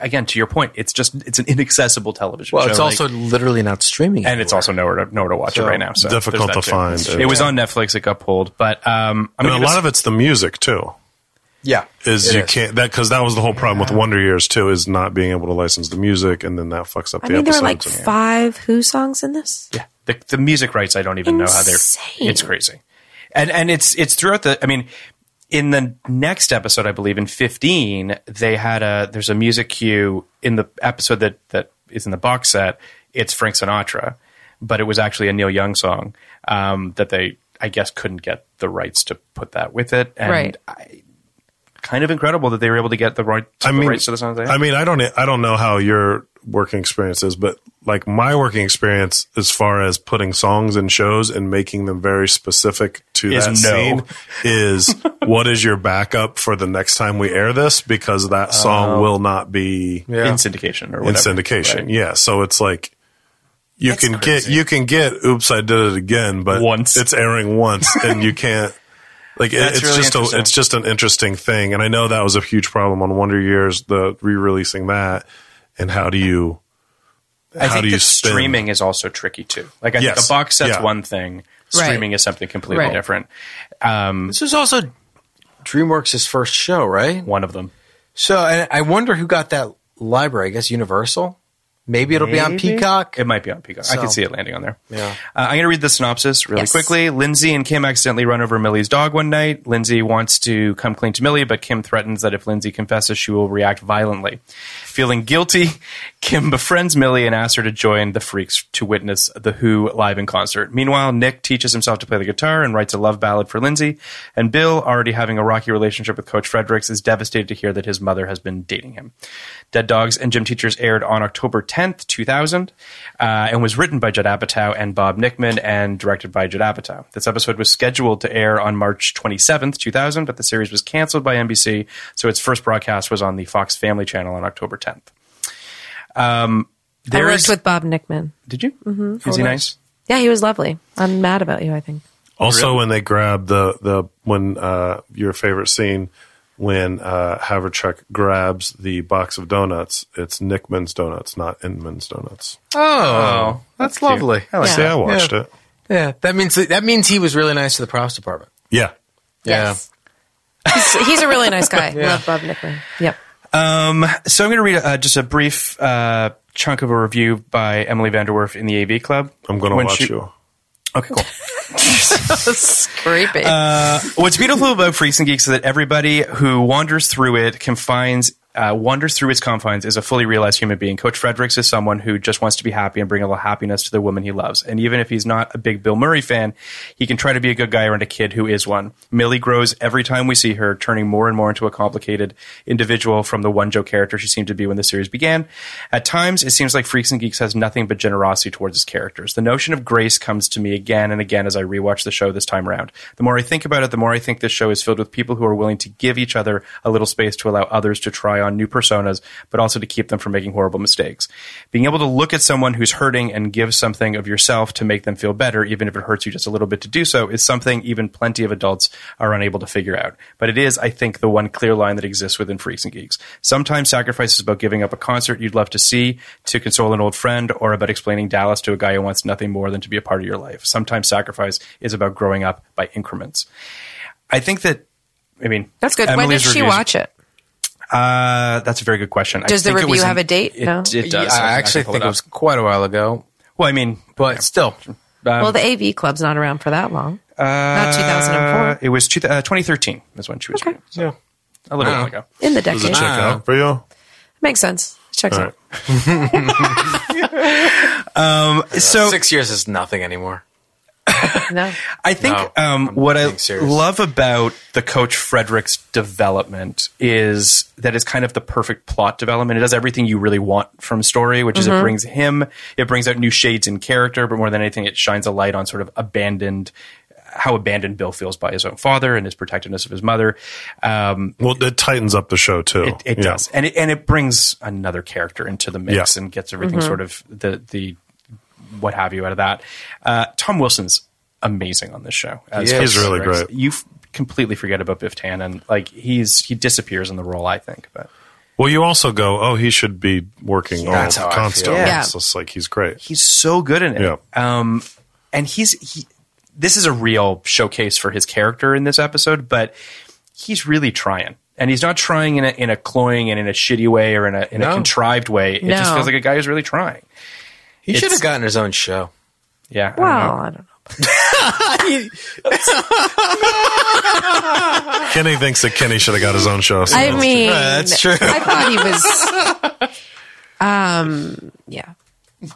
Speaker 3: Again, to your point, it's just it's an inaccessible television.
Speaker 6: Well,
Speaker 3: show.
Speaker 6: it's
Speaker 3: Like-
Speaker 6: also literally not streaming.
Speaker 3: and it's also nowhere to nowhere to watch
Speaker 6: So,
Speaker 3: it right now. So
Speaker 4: difficult
Speaker 3: there's that
Speaker 4: to
Speaker 3: too.
Speaker 4: find.
Speaker 3: It was on Netflix. It got pulled, but um, I
Speaker 4: I
Speaker 3: mean,
Speaker 4: mean a lot of it's the music too
Speaker 6: yeah,
Speaker 4: is
Speaker 6: It
Speaker 4: you
Speaker 6: is.
Speaker 4: can't that because that was the whole problem with Wonder Years too is not being able to license the music and then that fucks up
Speaker 5: I
Speaker 4: the
Speaker 5: mean, there were
Speaker 4: episodes.
Speaker 5: like
Speaker 4: and-
Speaker 5: five Who songs in this.
Speaker 3: Yeah. The, the music rights, I don't even know how they're.
Speaker 5: Insane.
Speaker 3: It's crazy, and and it's it's throughout the. I mean, in the next episode, I believe in fifteen, they had a there's a music cue in the episode that that is in the box set. It's Frank Sinatra, but it was actually a Neil Young song um, that they I guess couldn't get the rights to put that with it, and
Speaker 5: Right.
Speaker 3: I, kind of incredible that they were able to get the right to
Speaker 4: I
Speaker 3: the
Speaker 4: mean,
Speaker 3: rights to the songs. They had.
Speaker 4: I mean, I don't I don't know how your working experience is, but like my working experience as far as putting songs in shows and making them very specific to
Speaker 3: Is
Speaker 4: that
Speaker 3: no.
Speaker 4: scene is what is your backup for the next time we air this because that
Speaker 3: Oh.
Speaker 4: song will not be
Speaker 3: in syndication or
Speaker 4: in
Speaker 3: whatever.
Speaker 4: syndication.
Speaker 3: Right.
Speaker 4: Yeah, so it's like you
Speaker 3: That's
Speaker 4: can
Speaker 3: crazy.
Speaker 4: get you can get oops I did it again, but
Speaker 3: Once.
Speaker 4: it's airing once and you can't like it,
Speaker 3: That's
Speaker 4: it's
Speaker 3: really
Speaker 4: just a,
Speaker 3: interesting.
Speaker 4: it's just an interesting thing. And I know that was a huge problem on Wonder Years, the re-releasing that and how do you
Speaker 3: I
Speaker 4: how
Speaker 3: think
Speaker 4: do you
Speaker 3: that
Speaker 4: spin?
Speaker 3: streaming is also tricky too. Like I think
Speaker 4: Yes.
Speaker 3: a box set's
Speaker 4: Yeah.
Speaker 3: one thing,
Speaker 5: Right.
Speaker 3: streaming is something completely
Speaker 5: Right.
Speaker 3: different. Um,
Speaker 6: this was also DreamWorks' first show, right?
Speaker 3: one of them.
Speaker 6: So and I wonder who got that library. I guess Universal. Maybe it'll be on
Speaker 3: Maybe?
Speaker 6: Peacock.
Speaker 3: It might be on Peacock. I
Speaker 6: So-
Speaker 3: can see it landing on there.
Speaker 6: Yeah.
Speaker 3: Uh, I'm going to read the synopsis really
Speaker 5: Yes.
Speaker 3: quickly. Lindsay and Kim accidentally run over Millie's dog one night. Lindsay wants to come clean to Millie, but Kim threatens that if Lindsay confesses, she will react violently. Feeling guilty, Kim befriends Millie and asks her to join the Freaks to witness The Who live in concert. Meanwhile, Nick teaches himself to play the guitar and writes a love ballad for Lindsay. And Bill, already having a rocky relationship with Coach Fredericks, is devastated to hear that his mother has been dating him. Dead Dogs and Gym Teachers aired on October 10th, 2000, uh, and was written by Judd Apatow and Bob Nickman and directed by Judd Apatow. This episode was scheduled to air on March 27th, 2000, but the series was canceled by NBC, so its first broadcast was on the Fox Family Channel on October 10th. Um,
Speaker 5: I
Speaker 3: there
Speaker 5: worked
Speaker 3: is.
Speaker 5: with Bob Nickman.
Speaker 3: did you? Mm-hmm. Is he nice?
Speaker 5: Yeah, he was lovely. I'm mad about you, I think.
Speaker 4: Also, when they grab the the when uh, your favorite scene when uh, Haverchuk grabs the box of donuts, it's Nickman's donuts, not Inman's donuts.
Speaker 6: Oh, that's,
Speaker 3: cute.
Speaker 6: lovely.
Speaker 3: I like
Speaker 4: See, I watched
Speaker 6: Oh, Yeah.
Speaker 4: it.
Speaker 6: Yeah, that means that means he was really nice to the props department.
Speaker 4: Yeah,
Speaker 5: Yes. He's, he's a really nice guy. Love Bob Nickman. Yep.
Speaker 3: So I'm going to read uh, just a brief uh, chunk of a review by Emily Vanderwerf in the AV Club.
Speaker 4: I'm going to
Speaker 3: When
Speaker 4: watch
Speaker 3: she-
Speaker 4: you.
Speaker 3: Okay, cool.
Speaker 5: That's creepy.
Speaker 3: Uh, What's beautiful about Freaks and Geeks is that everybody who wanders through it confines. Uh, wanders through its confines is a fully realized human being. Coach Fredericks is someone who just wants to be happy and bring a little happiness to the woman he loves. And even if he's not a big Bill Murray fan, he can try to be a good guy around a kid who is one. Millie grows every time we see her, turning more and more into a complicated individual from the one joke character she seemed to be when the series began. At times, it seems like Freaks and Geeks has nothing but generosity towards its characters. The notion of grace comes to me again and again as I rewatch the show this time around. The more I think about it, the more I think this show is filled with people who are willing to give each other a little space to allow others to try on new personas, but also to keep them from making horrible mistakes. Being able to look at someone who's hurting and give something of yourself to make them feel better, even if it hurts you just a little bit to do so, is something even plenty of adults are unable to figure out. But it is, I think, the one clear line that exists within Freaks and Geeks. Sometimes sacrifice is about giving up a concert you'd love to see to console an old friend, or about explaining Dallas to a guy who wants nothing more than to be a part of your life. Sometimes sacrifice is about growing up by increments. I think that, I mean,
Speaker 5: That's good. when did
Speaker 3: Emily's
Speaker 5: she
Speaker 3: reviews-
Speaker 5: watch it?
Speaker 3: Uh, that's a very good question. I
Speaker 5: Does the
Speaker 3: think it
Speaker 5: review
Speaker 3: was in-
Speaker 5: have a date?
Speaker 3: It,
Speaker 5: No?
Speaker 3: it does.
Speaker 6: I actually
Speaker 3: can pull
Speaker 6: think it
Speaker 3: up.
Speaker 6: was quite a while ago,
Speaker 3: Well, I mean,
Speaker 6: but still,
Speaker 3: Um,
Speaker 5: well, the AV Club's not around for that long.
Speaker 3: uh,
Speaker 5: not 2004.
Speaker 3: it was two, uh, 2013 is when she was. reading. So, a little while ago.
Speaker 5: In the
Speaker 4: Does it
Speaker 5: decade.
Speaker 4: check out for you?
Speaker 5: Makes sense. Checks
Speaker 4: All
Speaker 5: out.
Speaker 4: right.
Speaker 3: So
Speaker 6: six years is nothing anymore.
Speaker 5: No.
Speaker 3: I think
Speaker 6: No,
Speaker 3: um,
Speaker 6: I'm
Speaker 3: what I
Speaker 6: being serious.
Speaker 3: love about the Coach Frederick's development is that it's kind of the perfect plot development. It does everything you really want from story, which is it brings him, it brings out new shades in character, but more than anything, it shines a light on sort of abandoned. How abandoned Bill feels by his own father and his protectiveness of his mother. Um,
Speaker 4: Well, it tightens up the show too.
Speaker 3: It, it
Speaker 4: Yeah.
Speaker 3: does, and it and it brings another character into the mix
Speaker 4: Yeah.
Speaker 3: and gets everything sort of the the what have you out of that. Uh, Tom Wilson's amazing on this show. as
Speaker 6: He
Speaker 3: Coach
Speaker 6: is
Speaker 4: really
Speaker 3: Rex.
Speaker 4: great.
Speaker 3: You f- completely forget about Biff Tannen. Like he's he disappears in the role. I think, but
Speaker 4: Well, you also go, oh, he should be working
Speaker 6: That's how
Speaker 4: all
Speaker 6: I feel.
Speaker 4: constantly.
Speaker 5: Yeah.
Speaker 4: It's just like he's great.
Speaker 3: he's so good in it.
Speaker 4: Yeah.
Speaker 3: Um, and he's he. This is a real showcase for his character in this episode, but he's really trying, and he's not trying in a in a cloying and in a shitty way or in a in a
Speaker 6: No.
Speaker 3: contrived way. It just
Speaker 5: No.
Speaker 3: feels like a guy who's really trying.
Speaker 6: He should
Speaker 3: It's-
Speaker 6: have gotten his own show.
Speaker 3: Yeah. I don't know.
Speaker 5: Well, I don't know.
Speaker 4: Kenny thinks that Kenny should have got his own show. so
Speaker 5: I
Speaker 4: that's-
Speaker 5: mean,
Speaker 6: that's true.
Speaker 5: I thought he was. Um. Yeah.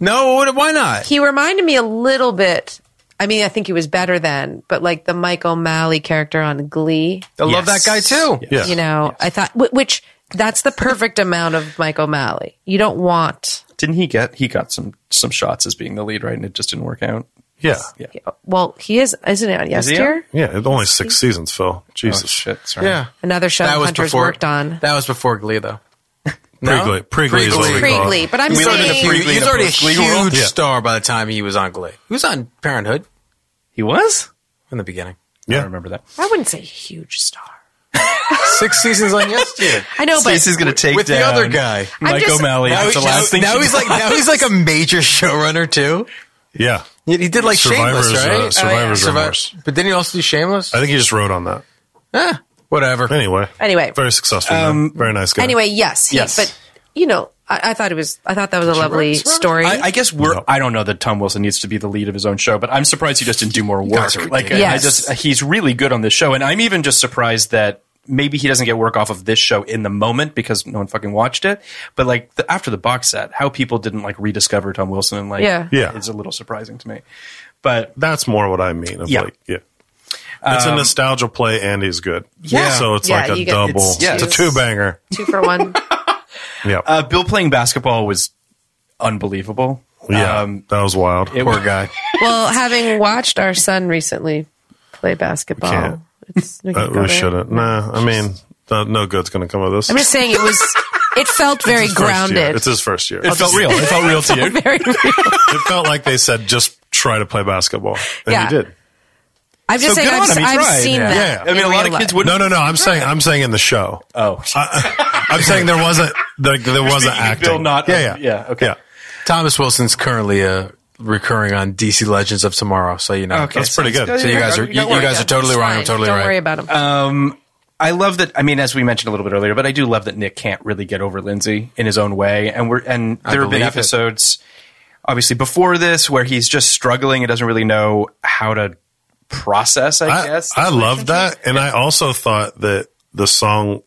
Speaker 6: No, what- why not?
Speaker 5: He reminded me a little bit. I mean, I think he was better then, but like the Mike O'Malley character on Glee,
Speaker 6: I love
Speaker 3: Yes.
Speaker 6: that guy too.
Speaker 4: yeah.
Speaker 5: you know, I thought, wh- which that's the perfect amount of Mike O'Malley. You don't want,
Speaker 3: Didn't he get he got some some shots as being the lead, right? And it just didn't work out. Oh,
Speaker 4: yeah. Yeah.
Speaker 5: well, he is, isn't he on Yes
Speaker 3: he
Speaker 5: Dear?
Speaker 4: Yeah. It only six seasons, Phil. Jesus.
Speaker 3: Oh, shit, sorry.
Speaker 5: Another show
Speaker 6: that was
Speaker 5: Hunter's
Speaker 6: before.
Speaker 5: worked on.
Speaker 6: That was before Glee, though.
Speaker 4: Pre-Glee. Pre-Glee is what Oh. we
Speaker 5: Pre
Speaker 4: call
Speaker 5: Glee,
Speaker 4: it.
Speaker 5: but I'm
Speaker 6: He was already a
Speaker 5: saying
Speaker 6: huge-
Speaker 3: Glee
Speaker 6: he was
Speaker 3: to
Speaker 6: already a
Speaker 3: post-Glee world.
Speaker 6: huge
Speaker 4: Yeah.
Speaker 6: star by the time he was on Glee. He was on Parenthood
Speaker 3: He was?
Speaker 6: in the beginning.
Speaker 3: I
Speaker 4: Yeah.
Speaker 3: don't remember that.
Speaker 5: I wouldn't say huge star.
Speaker 6: Six seasons on Yesterday.
Speaker 5: I know, but
Speaker 3: Stacey's gonna take
Speaker 6: with the
Speaker 3: down
Speaker 6: other guy.
Speaker 5: I'm
Speaker 3: Mike
Speaker 5: just-
Speaker 3: O'Malley.
Speaker 6: Now,
Speaker 3: That's
Speaker 6: he-
Speaker 3: the last thing.
Speaker 6: now
Speaker 3: she
Speaker 6: he's
Speaker 3: did.
Speaker 6: like now he's like a major showrunner too.
Speaker 4: Yeah.
Speaker 6: He he did like
Speaker 4: Survivor's,
Speaker 6: Shameless, right?
Speaker 2: Oh,
Speaker 4: uh, Survivor's
Speaker 6: Survi-
Speaker 4: remorse.
Speaker 6: But didn't he also do Shameless?
Speaker 4: I think he just wrote on that.
Speaker 6: Whatever.
Speaker 4: Anyway.
Speaker 5: Anyway.
Speaker 4: Very successful. man. Very nice guy.
Speaker 5: anyway, yes, he-
Speaker 3: Yes.
Speaker 5: But you know, I, I thought it was. I thought that was a lovely story.
Speaker 3: I, I guess we're.
Speaker 4: No.
Speaker 3: I don't know that Tom Wilson needs to be the lead of his own show, but I'm surprised he just didn't do more work.
Speaker 6: guys are
Speaker 3: Like I
Speaker 5: ridiculous.
Speaker 3: just, uh, he's really good on this show, and I'm even just surprised that maybe he doesn't get work off of this show in the moment because no one fucking watched it. But like the, after the box set, how people didn't like rediscover Tom Wilson and like
Speaker 5: Yeah.
Speaker 4: Yeah.
Speaker 3: is a little surprising to me. But
Speaker 4: That's more what I mean. Of
Speaker 3: Yeah.
Speaker 4: Like, yeah. It's a nostalgia play and he's good. Yeah. So it's
Speaker 5: Um, Yeah,
Speaker 4: like a
Speaker 5: you get-
Speaker 4: double.
Speaker 5: it's-
Speaker 4: It's, a
Speaker 5: it's-
Speaker 4: two banger.
Speaker 5: Two for one.
Speaker 4: Yeah.
Speaker 3: Uh, Bill playing basketball was unbelievable. Um,
Speaker 4: yeah.
Speaker 5: um,
Speaker 4: that was wild.
Speaker 3: it
Speaker 6: Poor guy.
Speaker 5: well, having watched our son recently play basketball,
Speaker 4: can't.
Speaker 5: it's, we
Speaker 4: Uh,
Speaker 5: can't go
Speaker 4: we
Speaker 5: there.
Speaker 4: shouldn't. Nah. I mean, no, no good's going to come of this.
Speaker 5: I'm just saying it was. It felt very
Speaker 4: First year.
Speaker 5: grounded.
Speaker 4: It's his first year.
Speaker 3: It felt real. It felt real to you.
Speaker 5: very real.
Speaker 4: it felt like they said just try to play basketball, and
Speaker 5: Yeah.
Speaker 4: he did.
Speaker 5: I'm just
Speaker 3: So
Speaker 5: saying
Speaker 3: good
Speaker 5: I've,
Speaker 3: on him. He
Speaker 5: I've
Speaker 3: tried.
Speaker 5: seen that.
Speaker 4: Yeah. Yeah.
Speaker 3: I mean,
Speaker 5: in
Speaker 3: a lot
Speaker 5: real
Speaker 3: of kids
Speaker 5: life.
Speaker 3: wouldn't.
Speaker 4: No, no, no. I'm saying I'm saying in the show.
Speaker 3: Oh,
Speaker 4: I, I'm saying there wasn't there, there wasn't
Speaker 3: speaking of
Speaker 4: acting.
Speaker 3: Bill, not-
Speaker 4: yeah, yeah,
Speaker 3: yeah, okay.
Speaker 4: Yeah.
Speaker 6: Thomas Wilson's currently uh, recurring on DC Legends of Tomorrow, so you know.
Speaker 3: Okay,
Speaker 4: That's pretty good.
Speaker 6: So you guys are you, you guys are totally
Speaker 5: It's
Speaker 6: wrong.
Speaker 5: fine.
Speaker 6: I'm totally
Speaker 5: Don't
Speaker 6: right.
Speaker 5: worry about him.
Speaker 3: I love that. I mean, as we mentioned a little bit earlier, but I do love that Nick can't really get over Lindsay in his own way. And we're and there have been
Speaker 6: believe it.
Speaker 3: episodes, obviously before this, where he's just struggling and doesn't really know how to process. I,
Speaker 4: I,
Speaker 3: guess
Speaker 4: I love that, and I also thought that the song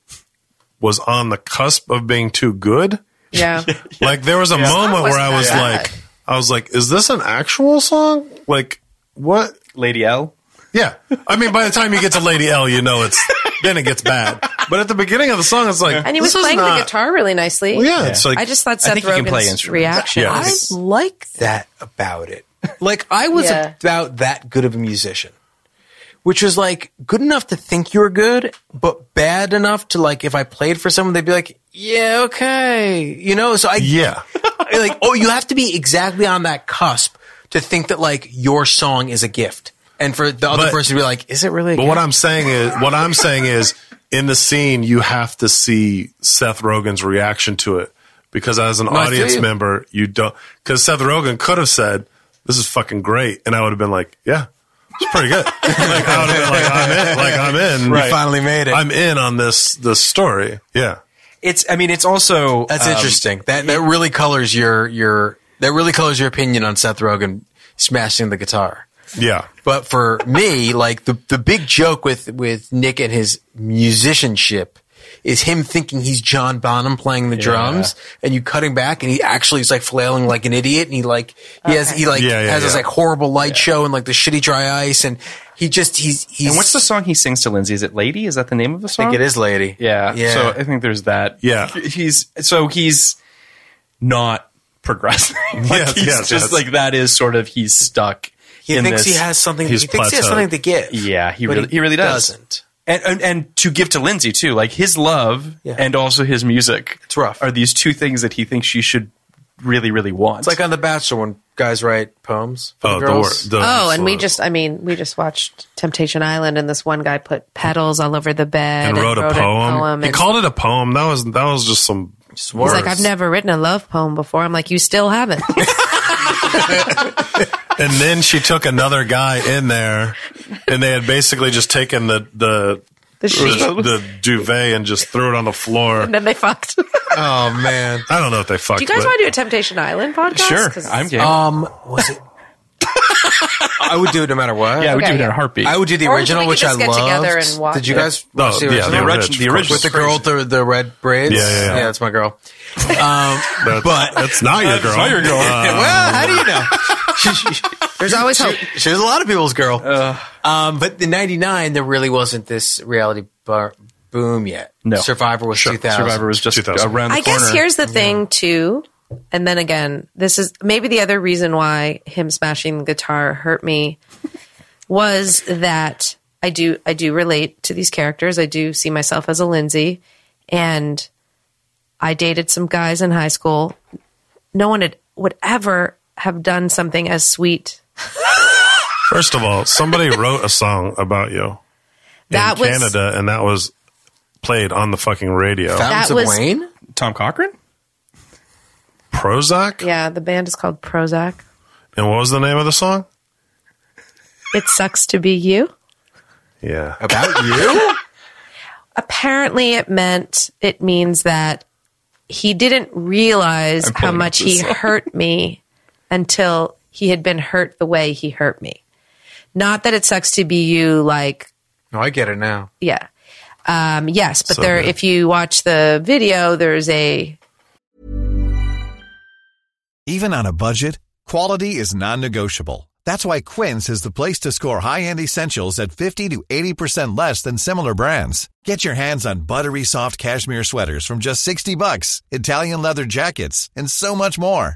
Speaker 4: was on the cusp of being too good.
Speaker 5: yeah.
Speaker 4: Like there was a moment where I was
Speaker 5: wasn't that
Speaker 4: like, I was like, is this an actual song? Like what?
Speaker 3: Lady L.
Speaker 4: Yeah. I mean, by the time you get to Lady L, you know it's then it gets bad. But at the beginning of the song, it's like,
Speaker 5: And he was
Speaker 4: this is
Speaker 5: playing
Speaker 4: not-
Speaker 5: the guitar really nicely.
Speaker 4: Well, yeah, it's like
Speaker 5: I just thought
Speaker 3: I
Speaker 5: Seth
Speaker 3: think he can play
Speaker 5: Rogen's
Speaker 3: instruments.
Speaker 5: reaction.
Speaker 4: Yeah.
Speaker 5: was-
Speaker 2: I like that about it. Like I was
Speaker 5: Yeah.
Speaker 2: about that good of a musician, which was like good enough to think you were good, but bad enough to like if I played for someone, they'd be like, "Yeah, okay," you know. So I
Speaker 4: yeah.
Speaker 2: like, oh, you have to be exactly on that cusp to think that like your song is a gift, and for the other
Speaker 4: But-
Speaker 2: person to be like, "Is it really?" A
Speaker 4: But
Speaker 2: gift?
Speaker 4: what I'm saying is, what I'm saying is, in the scene, you have to see Seth Rogen's reaction to it because as an
Speaker 2: I feel
Speaker 4: audience
Speaker 2: you.
Speaker 4: member, you don't. Because Seth Rogen could have said, "This is fucking great," and I would have been like, "Yeah, it's pretty good." like, I would have been like, "I'm in." Like I'm in.
Speaker 2: You finally made it.
Speaker 4: I'm in on this this story. Yeah.
Speaker 3: It's. I mean, it's also
Speaker 6: That's
Speaker 3: um,
Speaker 6: interesting. That that really colors your your that really colors your opinion on Seth Rogen smashing the guitar.
Speaker 4: Yeah.
Speaker 6: But for me, like the the big joke with with Nick and his musicianship is him thinking he's John Bonham playing the drums, and you cutting back, and he actually is like flailing like an idiot, and he like he has he like
Speaker 4: Yeah, yeah,
Speaker 6: has this
Speaker 4: yeah.
Speaker 6: like horrible light show and like the shitty dry ice, and he just he's he's
Speaker 3: And what's the song he sings to Lindsay? Is it Lady? Is that the name of the
Speaker 6: I
Speaker 3: song?
Speaker 6: think it is lady.
Speaker 3: Yeah.
Speaker 6: yeah.
Speaker 3: So I think there's that.
Speaker 4: Yeah.
Speaker 3: He's so he's not progressing. like
Speaker 4: Yes,
Speaker 3: he's
Speaker 4: yes,
Speaker 3: just
Speaker 4: yes.
Speaker 3: like that is sort of he's stuck.
Speaker 2: he
Speaker 3: in
Speaker 2: thinks
Speaker 3: this-
Speaker 2: he has something. He
Speaker 4: he's
Speaker 2: thinks he has
Speaker 4: plateaued.
Speaker 2: something to give.
Speaker 3: Yeah, he
Speaker 2: but
Speaker 3: really he really does.
Speaker 2: Doesn't.
Speaker 3: And, and and to give to Lindsay too, like his love
Speaker 2: Yeah.
Speaker 3: and also his music. It's
Speaker 2: rough.
Speaker 3: Are these two things that he thinks she should really really want?
Speaker 6: It's like on The Bachelor when guys write poems. For
Speaker 4: Oh,
Speaker 6: the
Speaker 4: the, wor-
Speaker 6: girls.
Speaker 4: the
Speaker 5: Oh, and we
Speaker 4: the-
Speaker 5: just, I mean, we just watched Temptation Island, and this one guy put petals all over the bed
Speaker 4: and wrote a poem. he
Speaker 5: and
Speaker 4: called it a poem. That was that was just some.
Speaker 5: he's like, I've never written a love poem before. I'm like, you still haven't.
Speaker 4: and then she took another guy in there, and they had basically just taken the the
Speaker 5: The sheet.
Speaker 4: the duvet and just threw it on the floor.
Speaker 5: and then they fucked. do
Speaker 6: Oh man.
Speaker 4: I don't know if they fucked.
Speaker 5: you guys
Speaker 4: but-
Speaker 5: want to do a Temptation Island podcast?
Speaker 3: sure,
Speaker 5: 'Cause
Speaker 3: I'm game.
Speaker 6: Um, was it? I would do it no matter what.
Speaker 3: yeah, we do
Speaker 5: okay,
Speaker 3: it in
Speaker 5: yeah.
Speaker 3: a heartbeat.
Speaker 6: I would do the
Speaker 5: Or we
Speaker 6: original,
Speaker 5: could
Speaker 6: which I
Speaker 5: just get
Speaker 6: loved.
Speaker 5: together and watch
Speaker 6: Did you
Speaker 5: it.
Speaker 6: guys
Speaker 4: No,
Speaker 6: watch the
Speaker 4: yeah,
Speaker 6: original?
Speaker 4: the
Speaker 3: orig-
Speaker 4: original,
Speaker 3: Oh, the
Speaker 4: of course.
Speaker 3: original.
Speaker 6: with the girl with the, the red braids?
Speaker 4: Yeah, yeah, yeah.
Speaker 6: that's my girl. Um,
Speaker 4: That's,
Speaker 6: But-
Speaker 4: that's not your girl. Um,
Speaker 3: not your girl.
Speaker 6: well, how do you know? She- she-
Speaker 5: There's always hope.
Speaker 6: she, she was a lot of people's girl. um, but the '99, there really wasn't this reality bar boom yet.
Speaker 3: No.
Speaker 6: Survivor was 2000.
Speaker 3: Survivor was just
Speaker 4: 2000.
Speaker 3: around the
Speaker 5: I
Speaker 3: corner.
Speaker 5: guess here's the thing too, and then again, this is maybe the other reason why him smashing the guitar hurt me was that I do I do relate to these characters. I do see myself as a Lindsay, and I dated some guys in high school. No one had, would ever have done something as sweet.
Speaker 4: First of all, somebody wrote a song about you
Speaker 5: That
Speaker 4: in
Speaker 5: was
Speaker 4: Canada, and that was played on the fucking radio.
Speaker 6: Fountains
Speaker 5: That
Speaker 6: of
Speaker 5: was-
Speaker 6: Wayne.
Speaker 3: Tom Cochran.
Speaker 4: Prozac.
Speaker 5: yeah. The band is called Prozac.
Speaker 4: And what was the name of the song?
Speaker 5: It sucks to be you.
Speaker 4: Yeah.
Speaker 6: About you?
Speaker 5: apparently it meant it means that he didn't realize how
Speaker 3: pulling up
Speaker 5: much he
Speaker 3: this up.
Speaker 5: hurt me until he had been hurt the way he hurt me not that it sucks to be you like
Speaker 6: no, I get it now.
Speaker 5: yeah um, yes but
Speaker 4: So
Speaker 5: there
Speaker 4: good.
Speaker 5: if you watch the video there's a
Speaker 7: Even on a budget, quality is non-negotiable. That's why Quince is the place to score high-end essentials at 50 to 80% less than similar brands. Get your hands on buttery soft cashmere sweaters from just 60 bucks, Italian leather jackets, and so much more.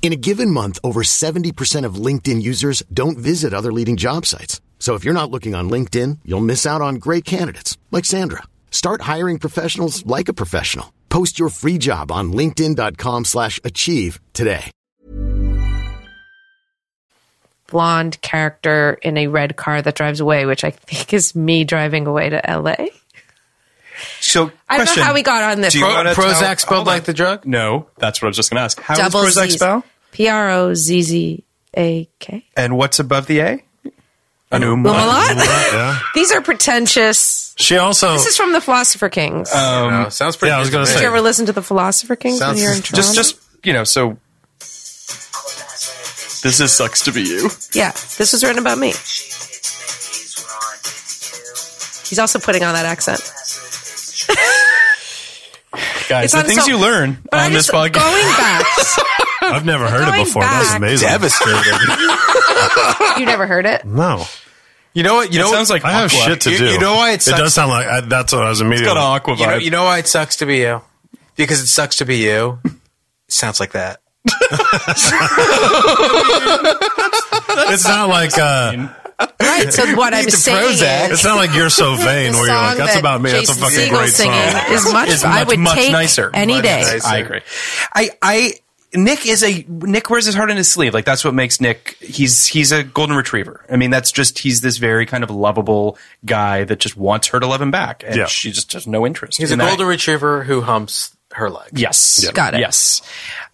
Speaker 8: In a given month, over 70% of LinkedIn users don't visit other leading job sites. So if you're not looking on LinkedIn, you'll miss out on great candidates like Sandra. Start hiring professionals like a professional. Post your free job on linkedin.com/achieve slash achieve today.
Speaker 5: blonde character in a red car that drives away, which I think is me driving away to LA.
Speaker 3: So
Speaker 5: I don't know how we got on this.
Speaker 3: Do you
Speaker 5: Pro-
Speaker 3: wanna tell-
Speaker 2: Prozac spelled
Speaker 3: hold on.
Speaker 2: like the drug?
Speaker 3: No, that's what I was just going to ask. How does Prozac
Speaker 5: Zs.
Speaker 3: spell?
Speaker 5: P R O Z Z A K.
Speaker 3: And what's above the A? An um.
Speaker 5: Well, a lot.
Speaker 4: Yeah.
Speaker 5: These are pretentious.
Speaker 4: She also
Speaker 5: This is from the Philosopher Kings.
Speaker 2: No, sounds pretty.
Speaker 4: Um, Yeah, I was
Speaker 2: good
Speaker 4: gonna
Speaker 2: me.
Speaker 5: Did
Speaker 4: say.
Speaker 5: you ever listen to the Philosopher Kings when
Speaker 2: Oh, Sounds-
Speaker 5: you're in Toronto?
Speaker 3: Just, just you know. So this is sucks to be you.
Speaker 5: yeah. This was written about me. He's also putting on that accent.
Speaker 3: Guys,
Speaker 5: It's
Speaker 3: the
Speaker 5: on
Speaker 3: things
Speaker 5: so-
Speaker 3: you learn
Speaker 5: But I
Speaker 3: on this
Speaker 5: just going
Speaker 3: podcast.
Speaker 5: back.
Speaker 4: I've never heard it
Speaker 5: Going
Speaker 4: before. That was
Speaker 5: back.
Speaker 4: amazing.
Speaker 2: Devastated.
Speaker 5: you never heard it.
Speaker 4: No.
Speaker 2: you know what? You know
Speaker 3: sounds
Speaker 2: what-
Speaker 3: like
Speaker 4: I have
Speaker 3: Aqua.
Speaker 4: shit to
Speaker 2: You-
Speaker 4: do.
Speaker 2: you know why it sucks?
Speaker 4: does sound like I, that's what I was immediately.
Speaker 3: got an aqua
Speaker 2: You know,
Speaker 3: vibe.
Speaker 2: you know why it sucks to be you? Because it sucks to be you. It sounds like that.
Speaker 4: it's not like uh,
Speaker 5: Right. So what I
Speaker 2: Need the
Speaker 5: was saying
Speaker 2: Prozac.
Speaker 5: is
Speaker 4: it's not like you're so
Speaker 5: the
Speaker 4: vain where you're like
Speaker 5: song
Speaker 4: that's
Speaker 5: that
Speaker 4: about me. that's a
Speaker 5: Jason
Speaker 4: fucking
Speaker 5: Segel
Speaker 4: great
Speaker 5: singing
Speaker 4: song.
Speaker 5: Is much,
Speaker 3: It's
Speaker 5: I
Speaker 3: much,
Speaker 5: would
Speaker 3: much
Speaker 5: take
Speaker 3: nicer.
Speaker 5: any
Speaker 2: Much
Speaker 5: day.
Speaker 2: nicer.
Speaker 3: I agree. I, I Nick is a Nick wears his heart on his sleeve. Like that's what makes Nick. He's he's a golden retriever. I mean, that's just he's this very kind of lovable guy that just wants her to love him back, and
Speaker 4: Yeah.
Speaker 3: she just has no interest.
Speaker 2: He's
Speaker 3: in
Speaker 2: a
Speaker 3: that.
Speaker 2: golden retriever who humps her leg.
Speaker 3: Yes,
Speaker 5: Got it.
Speaker 3: Yes.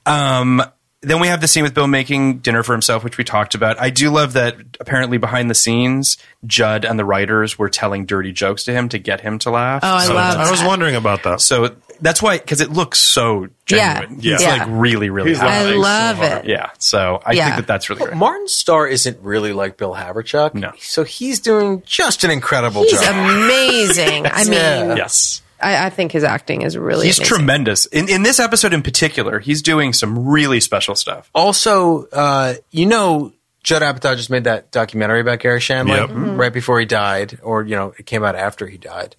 Speaker 3: Um, then we have the scene with Bill making dinner for himself, which we talked about. I do love that. Apparently, behind the scenes, Judd and the writers were telling dirty jokes to him to get him to laugh.
Speaker 5: Oh, I
Speaker 3: so,
Speaker 5: love
Speaker 4: I was wondering about that.
Speaker 3: so that's why because it looks so
Speaker 5: Yeah.
Speaker 3: genuine.
Speaker 5: Yeah.
Speaker 3: It's
Speaker 5: Yeah.
Speaker 3: like really, really.
Speaker 4: He's
Speaker 5: I
Speaker 3: happening.
Speaker 5: love it.
Speaker 3: Yeah. So I
Speaker 5: Yeah.
Speaker 3: think that that's really great.
Speaker 2: Martin Starr isn't really like Bill Haverchuck.
Speaker 3: No.
Speaker 2: So he's doing just an incredible
Speaker 5: He's
Speaker 2: job.
Speaker 5: amazing. I mean,
Speaker 3: Yes.
Speaker 5: I, I think his acting is really.
Speaker 3: He's
Speaker 5: amazing.
Speaker 3: tremendous. In in this episode in particular, he's doing some really special stuff.
Speaker 2: also, uh, you know, Judd Apatow just made that documentary about Gary Shandling
Speaker 4: Yep.
Speaker 2: right before he died, or you know, it came out after he died.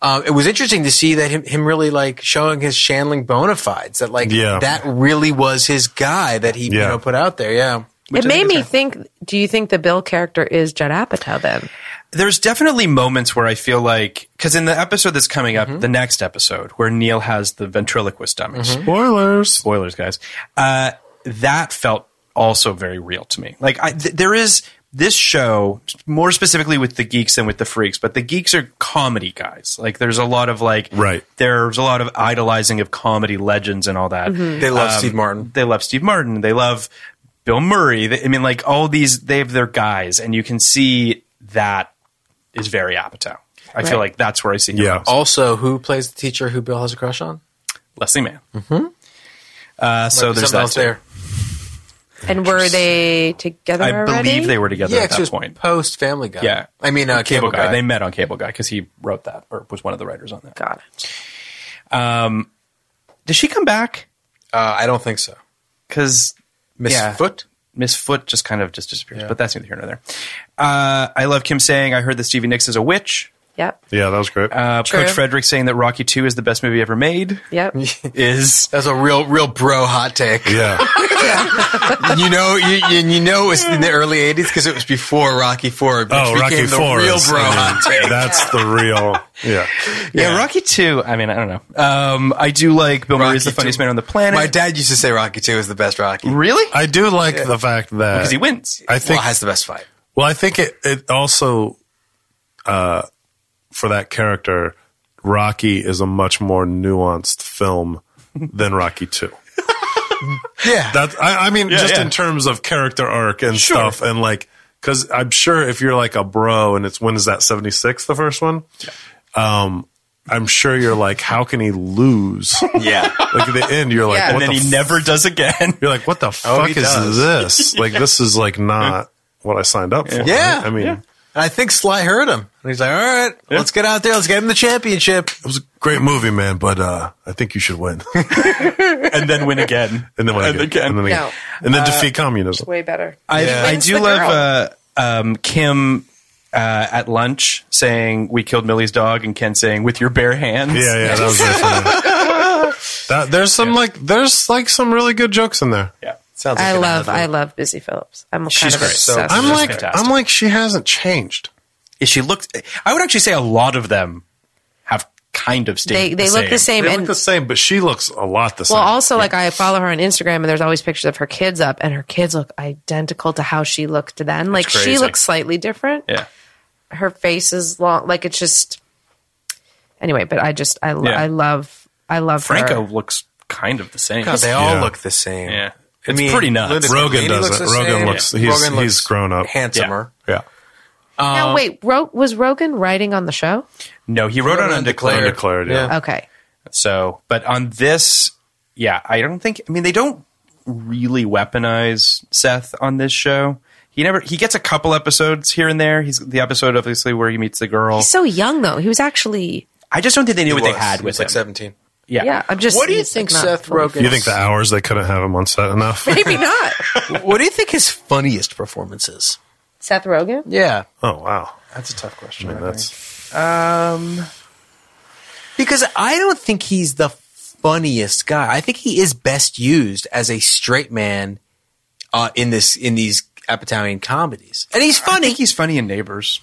Speaker 2: Um, it was interesting to see that him, him really like showing his Shandling bona fides that like
Speaker 4: Yeah.
Speaker 2: that really was his guy that he you
Speaker 4: Yeah.
Speaker 2: know put out there. Yeah,
Speaker 5: It made me think. Do you think the Bill character is Judd Apatow? Then
Speaker 3: There's definitely moments where I feel like because in the episode that's coming up, the next episode where Neil has the ventriloquist dummy,
Speaker 4: Mm-hmm. Spoilers.
Speaker 3: spoilers, guys. Uh, that felt also very real to me. Like I, th- there is this show more specifically with the geeks than with the freaks, but the geeks are comedy guys. Like there's a lot of like
Speaker 4: Right.
Speaker 3: There's a lot of idolizing of comedy legends and all that.
Speaker 2: they love
Speaker 3: Um,
Speaker 2: Steve Martin.
Speaker 3: They love Steve Martin. They love Bill Murray. They, I mean, like all these, they have their guys, and you can see that is very Apatow. I feel like that's where I see him.
Speaker 4: Yeah.
Speaker 2: Also, who plays the teacher who Bill has a crush on?
Speaker 3: Leslie Mann. Mm-hmm. Uh, so
Speaker 2: Might be something
Speaker 3: there's that
Speaker 2: else
Speaker 3: too.
Speaker 2: there.
Speaker 5: and were they together?
Speaker 3: I
Speaker 5: already?
Speaker 3: believe they were together
Speaker 2: Yeah,
Speaker 3: at
Speaker 2: 'cause it
Speaker 3: that
Speaker 2: was
Speaker 3: point.
Speaker 2: post Family Guy.
Speaker 3: Yeah,
Speaker 2: I mean uh,
Speaker 3: Cable, guy. They
Speaker 2: They
Speaker 3: met on Cable Guy because he wrote that or was one of the writers on that.
Speaker 5: Got it.
Speaker 3: Did she come back?
Speaker 2: uh, I don't think so.
Speaker 3: Because
Speaker 2: Miss
Speaker 3: Yeah.
Speaker 2: Foot.
Speaker 3: Miss Foot just kind of just disappears. But that's neither here nor there. Uh, I love Kim saying, "I heard that Stevie Nicks is a witch."
Speaker 5: Yep.
Speaker 4: Yeah, that was great.
Speaker 3: Uh,
Speaker 5: True.
Speaker 3: Coach Frederick saying that Rocky Two is the best movie ever made
Speaker 5: Yep.
Speaker 3: is
Speaker 2: That's a real, real bro hot take.
Speaker 4: yeah.
Speaker 2: you know, you, you, you know, it's in the early '80s because it was before Rocky Four. Which
Speaker 4: Oh, Rocky
Speaker 2: became the
Speaker 4: Four.
Speaker 2: real
Speaker 4: is-
Speaker 2: bro
Speaker 4: I mean,
Speaker 2: hot take.
Speaker 4: That's the real. Yeah.
Speaker 3: yeah. Rocky Two. I mean, I don't know. Um, I do like Bill Murray is
Speaker 2: Rocky
Speaker 3: the funniest
Speaker 2: II.
Speaker 3: man on the planet.
Speaker 2: My dad used to say Rocky Two is the best Rocky
Speaker 3: really
Speaker 4: I do like the fact that
Speaker 3: because he wins.
Speaker 4: I think
Speaker 2: well, has the best fight.
Speaker 4: Well, I think it, it also, uh, for that character, Rocky is a much more nuanced film than Rocky Two.
Speaker 2: Yeah.
Speaker 4: That I, I mean, just
Speaker 3: yeah.
Speaker 4: in terms of character arc and stuff, and like, because I'm sure if you're like a bro, and it's when is that 76 the first one? Um, I'm sure you're like, how can he lose?
Speaker 2: Yeah,
Speaker 4: like at the end, you're like,
Speaker 5: Yeah.
Speaker 3: and
Speaker 4: what
Speaker 3: then
Speaker 4: the
Speaker 3: he
Speaker 4: f-
Speaker 3: never does again.
Speaker 4: You're like, what the fuck
Speaker 2: he
Speaker 4: is
Speaker 2: does.
Speaker 4: this? Like, this is like not what I signed up for. right?
Speaker 2: Yeah.
Speaker 4: I mean.
Speaker 2: and I think Sly heard him, and he's like, "All right, let's get out there, let's get him the championship."
Speaker 4: It was a Great movie, man, but uh, I think you should win. and
Speaker 3: and then win again.
Speaker 4: then when I
Speaker 3: And
Speaker 4: get-
Speaker 3: again.
Speaker 4: and then, I get-
Speaker 5: No.
Speaker 4: and then defeat communism.
Speaker 5: Way better.
Speaker 3: I,
Speaker 4: Yeah.
Speaker 3: I
Speaker 5: Wins
Speaker 3: do
Speaker 5: the
Speaker 3: love
Speaker 5: girl.
Speaker 3: uh, um, Kim uh, at lunch saying, We killed Millie's dog, and Ken saying, With your bare hands.
Speaker 4: Yeah, yeah, that was it. That, there's some like there's like some really good jokes in there.
Speaker 3: Yeah.
Speaker 2: Sounds
Speaker 5: I
Speaker 2: an
Speaker 5: love
Speaker 2: ad lib.
Speaker 5: I love Busy Phillips. I'm
Speaker 3: She's
Speaker 5: kind of
Speaker 3: great. So-
Speaker 5: obsessed. with
Speaker 4: I'm
Speaker 5: her.
Speaker 4: like
Speaker 3: fantastic.
Speaker 4: I'm like she hasn't changed.
Speaker 3: Is she looked, I would actually say a lot of them have kind of stayed.
Speaker 5: they they look the same
Speaker 4: They
Speaker 5: and
Speaker 4: look the same, but she looks a lot the same.
Speaker 5: well also like I follow her on Instagram and there's always pictures of her kids up and her kids look identical to how she looked then. Like she
Speaker 3: crazy.
Speaker 5: looks slightly different.
Speaker 3: Yeah.
Speaker 5: Her face is long like it's just anyway, but I just I lo-
Speaker 3: Yeah.
Speaker 5: I love I love
Speaker 3: Franco
Speaker 5: her.
Speaker 3: looks kind of the same.
Speaker 2: God, they all
Speaker 4: Yeah.
Speaker 2: look the same.
Speaker 3: Yeah. It's pretty nuts.
Speaker 2: Linda
Speaker 4: Rogan
Speaker 2: Cardellini
Speaker 4: does it.
Speaker 2: the
Speaker 4: Rogan
Speaker 2: same.
Speaker 4: looks- he's- he's grown up.
Speaker 2: handsomer.
Speaker 4: yeah,
Speaker 3: uh,
Speaker 5: now wait, Ro- was Rogan writing on the show?
Speaker 3: no, he wrote on
Speaker 2: Undeclared.
Speaker 3: Undeclared.
Speaker 4: undeclared. Yeah.
Speaker 5: Okay.
Speaker 3: So, but on this, yeah, I don't think. I mean, they don't really weaponize Seth on this show. He never. He gets a couple episodes here and there. He's the episode obviously where he meets the girl.
Speaker 5: He's so young though. He was actually
Speaker 3: I just don't think they knew what
Speaker 2: He
Speaker 3: they
Speaker 2: was.
Speaker 3: had
Speaker 2: He
Speaker 3: with
Speaker 2: was
Speaker 3: him.
Speaker 2: like seventeen.
Speaker 3: Yeah.
Speaker 5: yeah, I'm just
Speaker 2: What do you
Speaker 5: he's, like,
Speaker 2: think
Speaker 5: not
Speaker 2: Seth
Speaker 5: fully-
Speaker 2: Rogen?
Speaker 4: You think the hours they couldn't have him on set enough?
Speaker 5: Maybe not.
Speaker 2: what do you think his funniest performance is?
Speaker 5: Seth Rogen?
Speaker 2: Yeah,
Speaker 4: oh wow,
Speaker 2: that's a tough question.
Speaker 4: I mean, that's
Speaker 2: Because I don't think he's the funniest guy. I think he is best used as a straight man uh, in this in these Apatowian comedies, and he's
Speaker 3: I
Speaker 2: funny.
Speaker 3: think he's funny in Neighbors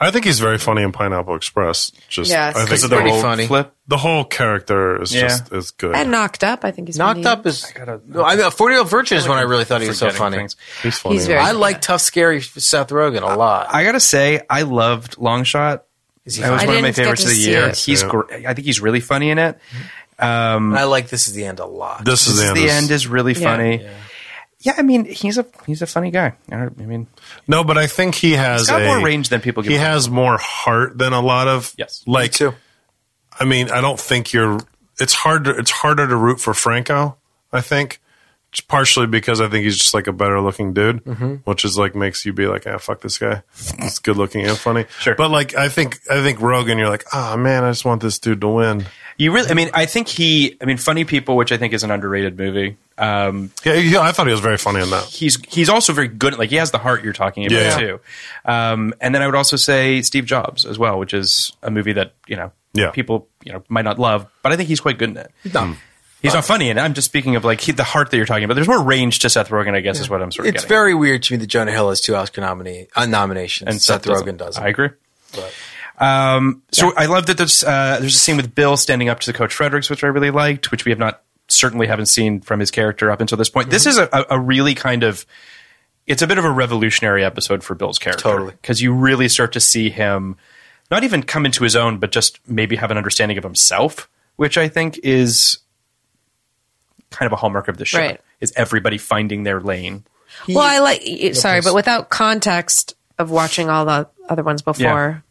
Speaker 4: I think he's very funny in Pineapple Express. Just
Speaker 5: Yes,
Speaker 4: I
Speaker 5: he's
Speaker 4: think the
Speaker 2: pretty
Speaker 4: whole,
Speaker 2: funny.
Speaker 3: flip.
Speaker 4: the whole character is
Speaker 3: Yeah.
Speaker 4: just is good.
Speaker 5: And knocked up. I think he's
Speaker 2: knocked
Speaker 5: funny.
Speaker 2: up is no, I mean, Forty Year Old Virgin is when I really thought he was so
Speaker 3: Forgetting
Speaker 2: funny.
Speaker 3: things.
Speaker 4: he's funny.
Speaker 5: He's very-
Speaker 2: I like tough, scary Seth Rogen a lot.
Speaker 3: I gotta say, I loved Long Shot. That was
Speaker 5: funny?
Speaker 3: one of
Speaker 5: I
Speaker 3: my
Speaker 5: didn't get
Speaker 3: favorites
Speaker 5: to
Speaker 3: of the
Speaker 5: see
Speaker 3: year.
Speaker 5: it.
Speaker 3: He's.
Speaker 4: Yeah.
Speaker 3: Gr- I think he's really funny in it.
Speaker 2: And I like this is the end a lot.
Speaker 4: this is
Speaker 3: This
Speaker 4: the
Speaker 3: is
Speaker 4: end.
Speaker 3: the
Speaker 4: This-
Speaker 3: end is really
Speaker 5: Yeah.
Speaker 3: funny. Yeah. I mean, he's a he's a funny guy. I don't- I mean,
Speaker 4: No, but I think he has
Speaker 3: got
Speaker 4: a-
Speaker 3: more range than people give
Speaker 4: He
Speaker 3: him.
Speaker 4: has more heart than a lot of.
Speaker 3: Yes.
Speaker 4: like I mean, I don't think you're. It's hard. To, it's harder to root for Franco. I think, It's partially because I think he's just like a better looking dude, which is like makes you be like, ah, fuck this guy. He's good looking and funny.
Speaker 3: Sure.
Speaker 4: but like I think I think Rogan, you're like, ah, man, I just want this dude to win.
Speaker 3: You really, I mean, I think he, I mean, Funny People, which I think is an underrated movie. Um,
Speaker 4: Yeah, yeah, I thought he was very funny in that.
Speaker 3: he's he's also very good. Like he has the heart you're talking about
Speaker 4: Yeah.
Speaker 3: too. Um, and then I would also say Steve Jobs as well, which is a movie that you know,
Speaker 4: Yeah.
Speaker 3: people you know might not love, but I think he's quite good in it. He's not. He's not funny, and I'm just speaking of like he, the heart that you're talking about. There's more range to Seth Rogen, I guess, is what I'm sort of
Speaker 2: It's
Speaker 3: getting. at.
Speaker 2: very weird to me that Jonah Hill has two Oscar nominee, uh, nominations and Seth,
Speaker 3: doesn't.
Speaker 2: Rogen doesn't.
Speaker 3: I agree. Um, so I love that there's uh, there's a scene with Bill standing up to Coach Fredericks, which I really liked, which we have not certainly haven't seen from his character up until this point.
Speaker 2: Mm-hmm.
Speaker 3: This is a, a- a really kind of it's a bit of a revolutionary episode for Bill's character,
Speaker 2: Totally.
Speaker 3: because you really start to see him not even come into his own, but just maybe have an understanding of himself, which I think is kind of a hallmark of the show.
Speaker 5: Right.
Speaker 3: Is everybody finding their lane?
Speaker 5: Well, I like. y- Sorry, but without context of watching all the other ones before,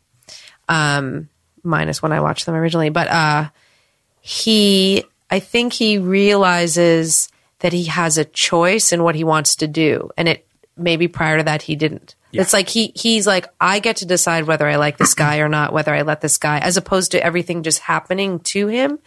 Speaker 5: um, minus when I watched them originally, but uh, he, I think he realizes that he has a choice in what he wants to do, and it maybe prior to that he didn't. It's like he he's like I get to decide whether I like this guy or not, whether I let this guy, as opposed to everything just happening to him.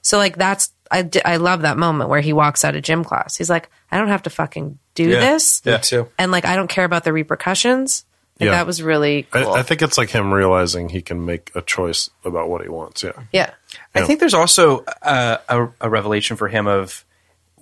Speaker 5: So like that's I, d- I love that moment where he walks out of gym class. He's like, I don't have to fucking do this.
Speaker 2: Me too.
Speaker 5: And like I don't care about the repercussions. Like,
Speaker 4: Yeah.
Speaker 5: That was really
Speaker 4: I,
Speaker 5: cool.
Speaker 4: I think it's like him realizing he can make a choice about what he wants. Yeah,
Speaker 5: yeah.
Speaker 3: I think there's also uh, a, a revelation for him of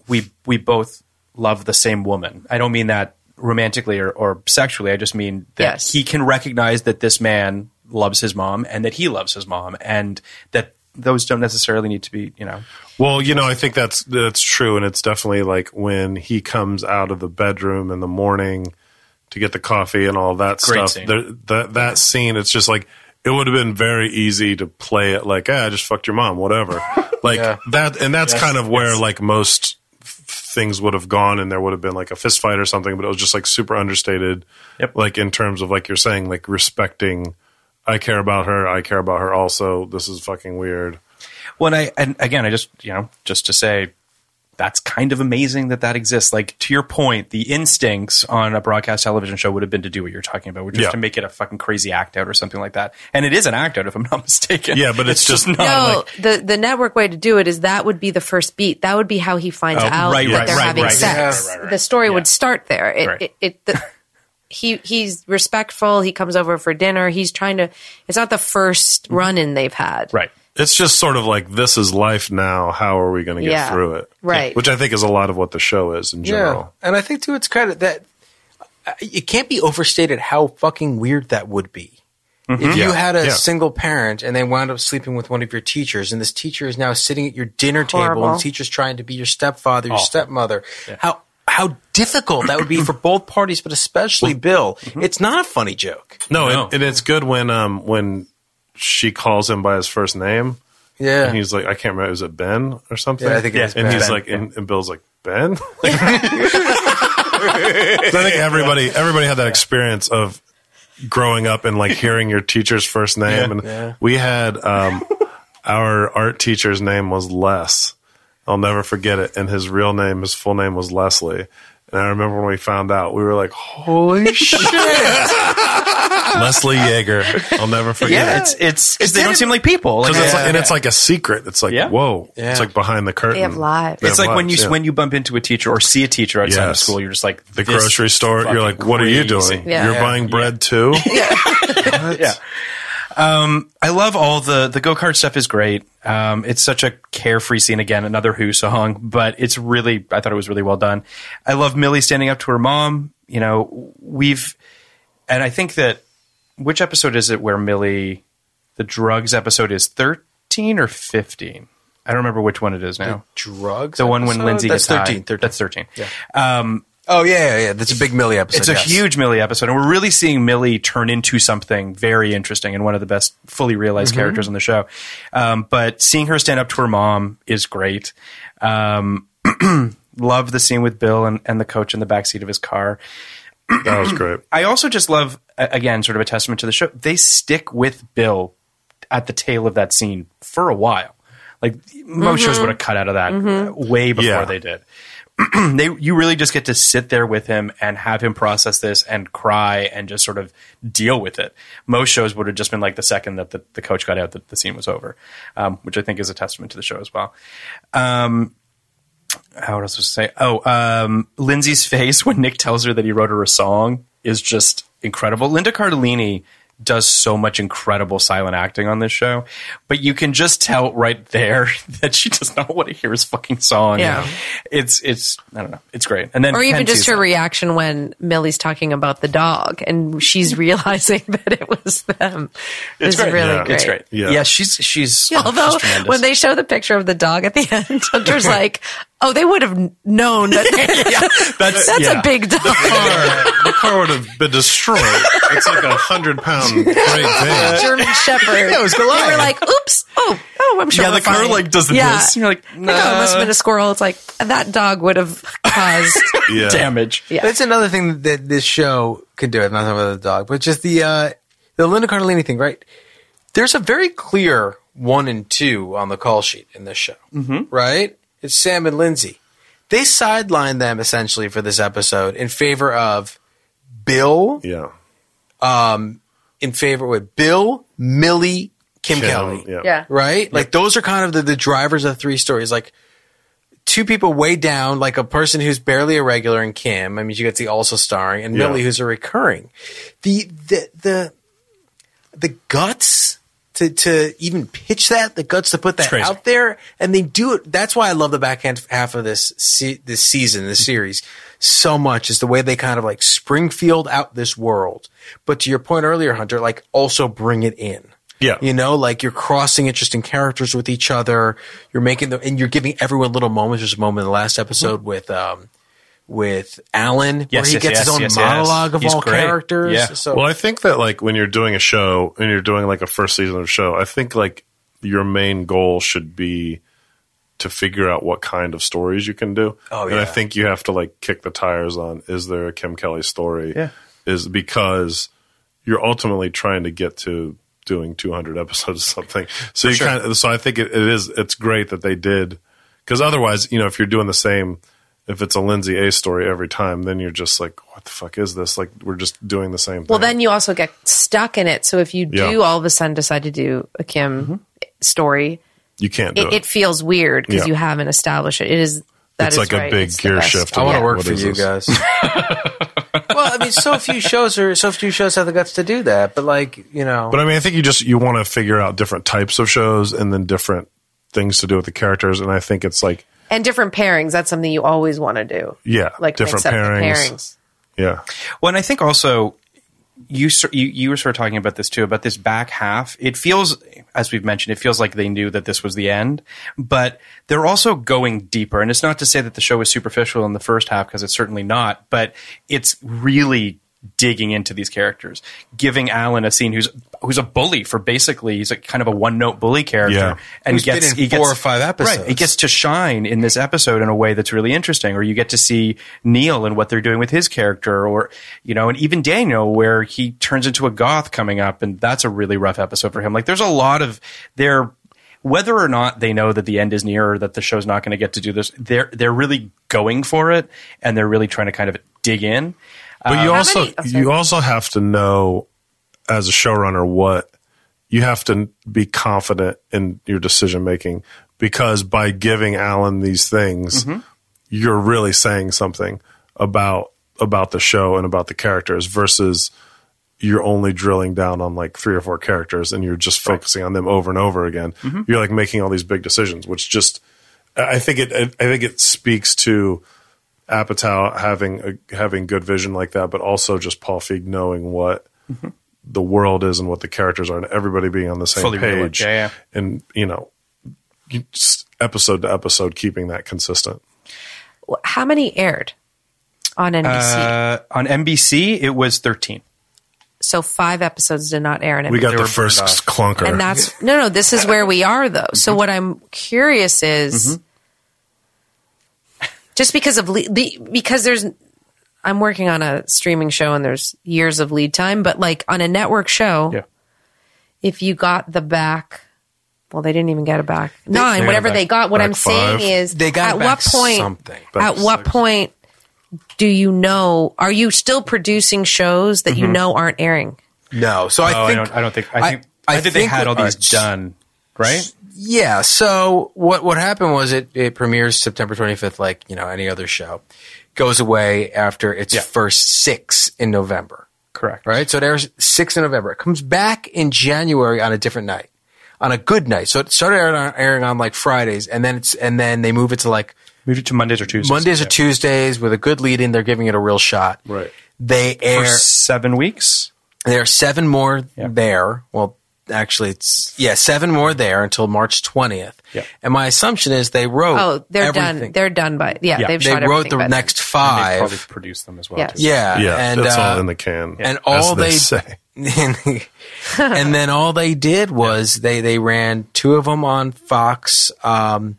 Speaker 3: we we both love the same woman. I don't mean that romantically or, or sexually. I just mean that
Speaker 5: Yes.
Speaker 3: he can recognize that this man loves his mom and that he loves his mom and that those don't necessarily need to be you know
Speaker 4: Well, you know, I think that's that's true, and it's definitely like when he comes out of the bedroom in the morning to get the coffee and all that
Speaker 3: Great
Speaker 4: stuff.
Speaker 3: scene.
Speaker 4: There, that that scene, it's just like it would have been very easy to play it like, ah, I just fucked your mom, whatever. like that, and that's kind of where like most f- things would have gone, and there would have been like a fist fight or something, but it was just like super understated.
Speaker 3: Yep.
Speaker 4: Like in terms of like you're saying, like respecting. I care about her. I care about her also. This is fucking weird.
Speaker 3: Well, and I and again, I just you know, just to say that's kind of amazing that that exists. Like to your point, the instincts on a broadcast television show would have been to do what you're talking about, which is
Speaker 4: Yeah.
Speaker 3: to make it a fucking crazy act out or something like that. And it is an act out, if I'm not mistaken.
Speaker 4: Yeah, but it's just-
Speaker 3: not.
Speaker 5: No, Oh, the the network way to do it is that would be the first beat. That would be how he finds
Speaker 3: Oh,
Speaker 5: out
Speaker 3: right,
Speaker 5: that
Speaker 3: right,
Speaker 5: they're
Speaker 3: right,
Speaker 5: having
Speaker 3: right.
Speaker 5: sex.
Speaker 3: Yeah, right, right,
Speaker 5: The story
Speaker 3: yeah.
Speaker 5: would start there. It,
Speaker 3: Right.
Speaker 5: it, it the, he he's respectful. He comes over for dinner. He's trying to. It's not the first run in they've had.
Speaker 3: Mm-hmm. right.
Speaker 4: It's just sort of like this is life now. How are we going to get
Speaker 5: Yeah.
Speaker 4: through it?
Speaker 5: Right.
Speaker 4: Which I think is a lot of what the show is in general.
Speaker 2: and I think to its credit that uh, it can't be overstated how fucking weird that would be. If you
Speaker 4: Yeah,
Speaker 2: had a
Speaker 4: yeah.
Speaker 2: single parent and they wound up sleeping with one of your teachers, and this teacher is now sitting at your dinner table,
Speaker 5: Horrible.
Speaker 2: and the teacher's trying to be your stepfather, your stepmother, how how difficult that would be for both parties, but especially Bill. It's not a funny joke.
Speaker 4: No,
Speaker 3: No.
Speaker 4: And, and it's good when um when she calls him by his first name
Speaker 2: Yeah,
Speaker 4: and he's like, I can't remember, is it Ben or something?
Speaker 2: Yeah, I think it was
Speaker 4: and
Speaker 2: Ben.
Speaker 4: he's
Speaker 3: Ben,
Speaker 4: like, and, and Bill's like, Ben. Like- I think everybody everybody had that experience of growing up and like hearing your teacher's first name, and we had um, our art teacher's name was Les. I'll never forget it, and his real name, his full name was Leslie. And I remember when we found out, we were like, "Holy shit!" Leslie Yeager. I'll never forget
Speaker 3: Yeah,
Speaker 4: it.
Speaker 3: it's it's because they don't seem like people. Like,
Speaker 4: Because it's
Speaker 3: it's
Speaker 4: like, and it's like a secret. It's like,
Speaker 3: Yeah.
Speaker 4: whoa.
Speaker 2: Yeah.
Speaker 4: It's like behind the curtain.
Speaker 5: They have lives.
Speaker 4: They
Speaker 3: it's
Speaker 4: have
Speaker 3: like when you
Speaker 4: lives, yeah.
Speaker 3: when you bump into a teacher or see a teacher outside of
Speaker 4: Yes.
Speaker 3: school, you're just like
Speaker 4: the
Speaker 3: this
Speaker 4: grocery
Speaker 3: is
Speaker 4: store, you're
Speaker 3: fucking
Speaker 4: like, what are you
Speaker 3: crazy.
Speaker 4: doing?
Speaker 5: Yeah.
Speaker 4: You're
Speaker 5: Yeah.
Speaker 4: buying bread too?
Speaker 3: yeah. Um, I love all the the go kart stuff is great. Um, it's such a carefree scene again, another Who song, but it's really I thought it was really well done. I love Millie standing up to her mom. You know, we've and I think that which episode is it where Millie the drugs episode is thirteen or fifteen? I don't remember which one it is now.
Speaker 2: drugs.
Speaker 3: The one when
Speaker 2: episode?
Speaker 3: Lindsay
Speaker 2: that's
Speaker 3: gets high.
Speaker 2: 13, 13.
Speaker 3: That's thirteen. Um,
Speaker 2: oh yeah, yeah, yeah. That's a big Millie episode.
Speaker 3: it's a
Speaker 2: yes.
Speaker 3: huge Millie episode, and we're really seeing Millie turn into something very interesting and one of the best fully realized characters on the show. Um, but seeing her stand up to her mom is great. Um, love the scene with Bill and, and the coach in the backseat of his car.
Speaker 4: That was great.
Speaker 3: I also just love, a- again, sort of a testament to the show. They stick with Bill at the tail of that scene for a while. Like most shows would have cut out of that way before
Speaker 4: Yeah.
Speaker 3: they did. they you really just get to sit there with him and have him process this and cry and just sort of deal with it. Most shows would have just been like the second that the, the coach got out that the scene was over, um, which I think is a testament to the show as well. Um, how else was I say? Oh, um, Lindsay's face when Nick tells her that he wrote her a song is just incredible. Linda Cardellini does so much incredible silent acting on this show, but you can just tell right there that she does not want to hear his fucking song.
Speaker 5: Yeah.
Speaker 3: It's, it's, I don't know. It's great. And then,
Speaker 5: Or even
Speaker 3: Penn
Speaker 5: just her
Speaker 3: season.
Speaker 5: reaction when Millie's talking about the dog and she's realizing that it was them. It's
Speaker 3: great.
Speaker 5: really
Speaker 4: Yeah.
Speaker 5: great.
Speaker 3: It's great.
Speaker 4: Yeah.
Speaker 3: Yeah. she's, she's,
Speaker 5: Although
Speaker 3: she's Oh, tremendous.
Speaker 5: when they show the picture of the dog at the end, Hunter's like, "Oh, they would have known that.
Speaker 3: that's,
Speaker 5: that's
Speaker 3: yeah.
Speaker 5: a big dog."
Speaker 4: the car would have been destroyed. It's like a hundred pound great thing.
Speaker 5: German Shepherd.
Speaker 2: was
Speaker 5: they
Speaker 2: Goliath.
Speaker 5: were like, "Oops! Oh, oh, I'm sure."
Speaker 3: yeah,
Speaker 5: we're
Speaker 3: the car
Speaker 5: fine."
Speaker 3: like does
Speaker 5: Yeah.
Speaker 3: this. And you're like, no,
Speaker 5: Like, oh, it must have been a squirrel. It's like that dog would have caused.
Speaker 4: Yeah.
Speaker 3: damage.
Speaker 5: Yeah.
Speaker 2: That's another thing that this show could do. I'm not talking about the dog, but just the uh, the Linda Cardellini thing, right? There's a very clear one and two on the call sheet in this show, mm-hmm. right? It's Sam and Lindsay. They sidelined them essentially for this episode in favor of Bill,
Speaker 4: Yeah.
Speaker 2: in favor with Bill, Millie, Kim,
Speaker 4: Kim,
Speaker 2: Kelly,
Speaker 4: Yeah.
Speaker 2: right? Like those are kind of the, the drivers of three stories. Like two people way down, like a person who's barely a regular in Kim. I mean, you get the also starring and
Speaker 4: Yeah.
Speaker 2: Millie, who's a recurring. The the the the guts to to even pitch that, the guts to put that
Speaker 3: crazy.
Speaker 2: out there, and they do it. That's why I love the backhand half of this se- this season, this series, so much is the way they kind of like Springfield out this world. But to your point earlier, Hunter, like also bring it in.
Speaker 4: Yeah.
Speaker 2: You know, like you're crossing interesting characters with each other. You're making the and you're giving everyone little moments. There's a moment in the last episode with um with Alan where
Speaker 3: Yes,
Speaker 2: he
Speaker 3: yes,
Speaker 2: gets
Speaker 3: yes,
Speaker 2: his own
Speaker 3: yes, yes.
Speaker 2: monologue of
Speaker 3: He's
Speaker 2: all
Speaker 3: great.
Speaker 2: characters.
Speaker 3: Yeah.
Speaker 2: So
Speaker 4: Well, I think that like when you're doing a show and you're doing like a first season of a show, I think like your main goal should be to figure out what kind of stories you can do.
Speaker 2: Oh,
Speaker 4: And I
Speaker 2: yeah.
Speaker 4: think you have to like kick the tires on is there a Kim Kelly story? Yeah. Is because you're ultimately trying to get to doing 200 episodes of something. So you kind of so I think it, it is it's great that they did Because otherwise, you know, if you're doing the same, if it's a Lindsay A story every time, then you're just like, what the fuck is this? Like, we're just doing the same
Speaker 5: Well,
Speaker 4: thing.
Speaker 5: then you also get stuck in it. So if you
Speaker 4: Yeah.
Speaker 5: do all of a sudden decide to do a Kim story,
Speaker 4: you can't do
Speaker 5: it,
Speaker 4: it.
Speaker 5: it feels weird because
Speaker 4: Yeah.
Speaker 5: you haven't established it. It is that
Speaker 4: it's
Speaker 5: is
Speaker 4: like
Speaker 5: right.
Speaker 4: a big
Speaker 5: It's the
Speaker 4: gear
Speaker 5: best.
Speaker 4: shift.
Speaker 2: I want
Speaker 4: Yeah.
Speaker 2: to work
Speaker 4: What
Speaker 2: for
Speaker 4: is
Speaker 2: you
Speaker 4: this?
Speaker 2: guys. well, I mean, so few shows are so few shows have the guts to do that. But like you know,
Speaker 4: But I mean, I think you just you want to figure out different types of shows and then different things to do with the characters. And I think it's like,
Speaker 5: And different pairings. That's something you always want to do.
Speaker 4: yeah,
Speaker 5: Like
Speaker 4: different
Speaker 5: mix up the
Speaker 4: pairings.
Speaker 5: pairings.
Speaker 4: Yeah,
Speaker 3: Well, and I think also you sor- you you were sort of talking about this too about this back half. It feels, as we've mentioned, it feels like they knew that this was the end, but they're also going deeper. And it's not to say that the show was superficial in the first half because it's certainly not, but it's really digging into these characters, giving Alan a scene who's who's a bully for basically he's like kind of a one note bully character,
Speaker 4: Yeah.
Speaker 3: and
Speaker 2: Who's been
Speaker 3: gets
Speaker 2: in
Speaker 3: he
Speaker 2: four
Speaker 3: gets-
Speaker 2: or five
Speaker 3: Right, he
Speaker 2: episodes.
Speaker 3: gets gets to shine in this episode in a way that's really interesting, or you get to see Neil and what they're doing with his character, or you know, and even Daniel, where he turns into a goth coming up, and that's a really rough episode for him. Like, there's a lot of their whether or not they know that the end is near or that the show's not going to get to do this, they're they're really going for it, and they're really trying to kind of dig in.
Speaker 4: but
Speaker 2: Uh,
Speaker 4: you also
Speaker 5: many- oh, sorry.
Speaker 4: you also have to know as a showrunner what you have to be confident in your decision making because by giving Alan these things,
Speaker 2: Mm-hmm.
Speaker 4: you're really saying something about about the show and about the characters versus you're only drilling down on like three or four characters and you're just focusing on them over and over again.
Speaker 3: Mm-hmm.
Speaker 4: You're like making all these big decisions, which just I I think it I I think it speaks to Apatow having a, having good vision like that, but also just Paul Feig knowing what
Speaker 3: Mm-hmm.
Speaker 4: the world is and what the characters are, and everybody being on the same
Speaker 3: Fully real,
Speaker 4: page,
Speaker 3: yeah, yeah.
Speaker 4: and you know, you just episode to episode, keeping that consistent.
Speaker 5: Wh- How many aired on NBC?
Speaker 3: Uh, on NBC, it was thirteen.
Speaker 5: so five episodes did not air on NBC.
Speaker 4: We got
Speaker 3: They
Speaker 4: the
Speaker 3: were
Speaker 4: first
Speaker 3: burned off.
Speaker 4: clunker.
Speaker 5: And that's no, no. This is where we are, though. So what I'm curious is, just because of le- the because there's, I'm working on a streaming show and there's years of lead time, but like on a network show,
Speaker 3: Yeah.
Speaker 5: if you got the back, well, they didn't even get it back nine,
Speaker 3: got
Speaker 5: whatever
Speaker 3: it back-
Speaker 5: they got. What
Speaker 4: back
Speaker 5: I'm
Speaker 4: five.
Speaker 5: saying is,
Speaker 2: They got
Speaker 5: at
Speaker 2: back
Speaker 5: what point?
Speaker 2: something.
Speaker 5: At what point do you know? Are you still producing shows that you know aren't airing?
Speaker 2: no. So
Speaker 3: Oh,
Speaker 2: I
Speaker 3: I
Speaker 2: think
Speaker 3: don't. I don't think. I think. I, think, they had all these
Speaker 2: uh,
Speaker 3: done, right?
Speaker 2: Yeah. So what what happened was it it premieres September 25th, like you know any other show, goes away after its
Speaker 3: Yeah.
Speaker 2: first six in November,
Speaker 3: Correct.
Speaker 2: right? So it airs six in November. It comes back in January on a different night, on a good night. So it started airing on, airing on like Fridays, and then it's and then they move it to like
Speaker 3: Moved it to Mondays or Tuesdays.
Speaker 2: Mondays or
Speaker 3: Yeah.
Speaker 2: Tuesdays with a good lead in. They're giving it a real shot.
Speaker 4: Right.
Speaker 2: They
Speaker 3: for
Speaker 2: air.
Speaker 3: seven weeks.
Speaker 2: There are seven more
Speaker 3: Yeah.
Speaker 2: there. Well, actually, it's yeah, seven more there until March twentieth.
Speaker 3: Yeah.
Speaker 2: And my assumption is they wrote.
Speaker 5: Oh, they're done.
Speaker 2: everything.
Speaker 5: They're done by yeah.
Speaker 3: Yeah.
Speaker 5: They've
Speaker 2: They
Speaker 5: shot
Speaker 2: wrote
Speaker 5: everything
Speaker 2: the
Speaker 5: by then.
Speaker 2: next
Speaker 3: They probably
Speaker 2: five.
Speaker 3: produced them as well.
Speaker 5: Yeah.
Speaker 3: too.
Speaker 2: Yeah,
Speaker 4: yeah,
Speaker 2: and
Speaker 4: it's
Speaker 2: uh,
Speaker 4: all in the can,
Speaker 2: and
Speaker 4: as
Speaker 2: all
Speaker 4: they
Speaker 2: they-
Speaker 4: say.
Speaker 2: and then all they did was they they ran two of them on Fox. Um,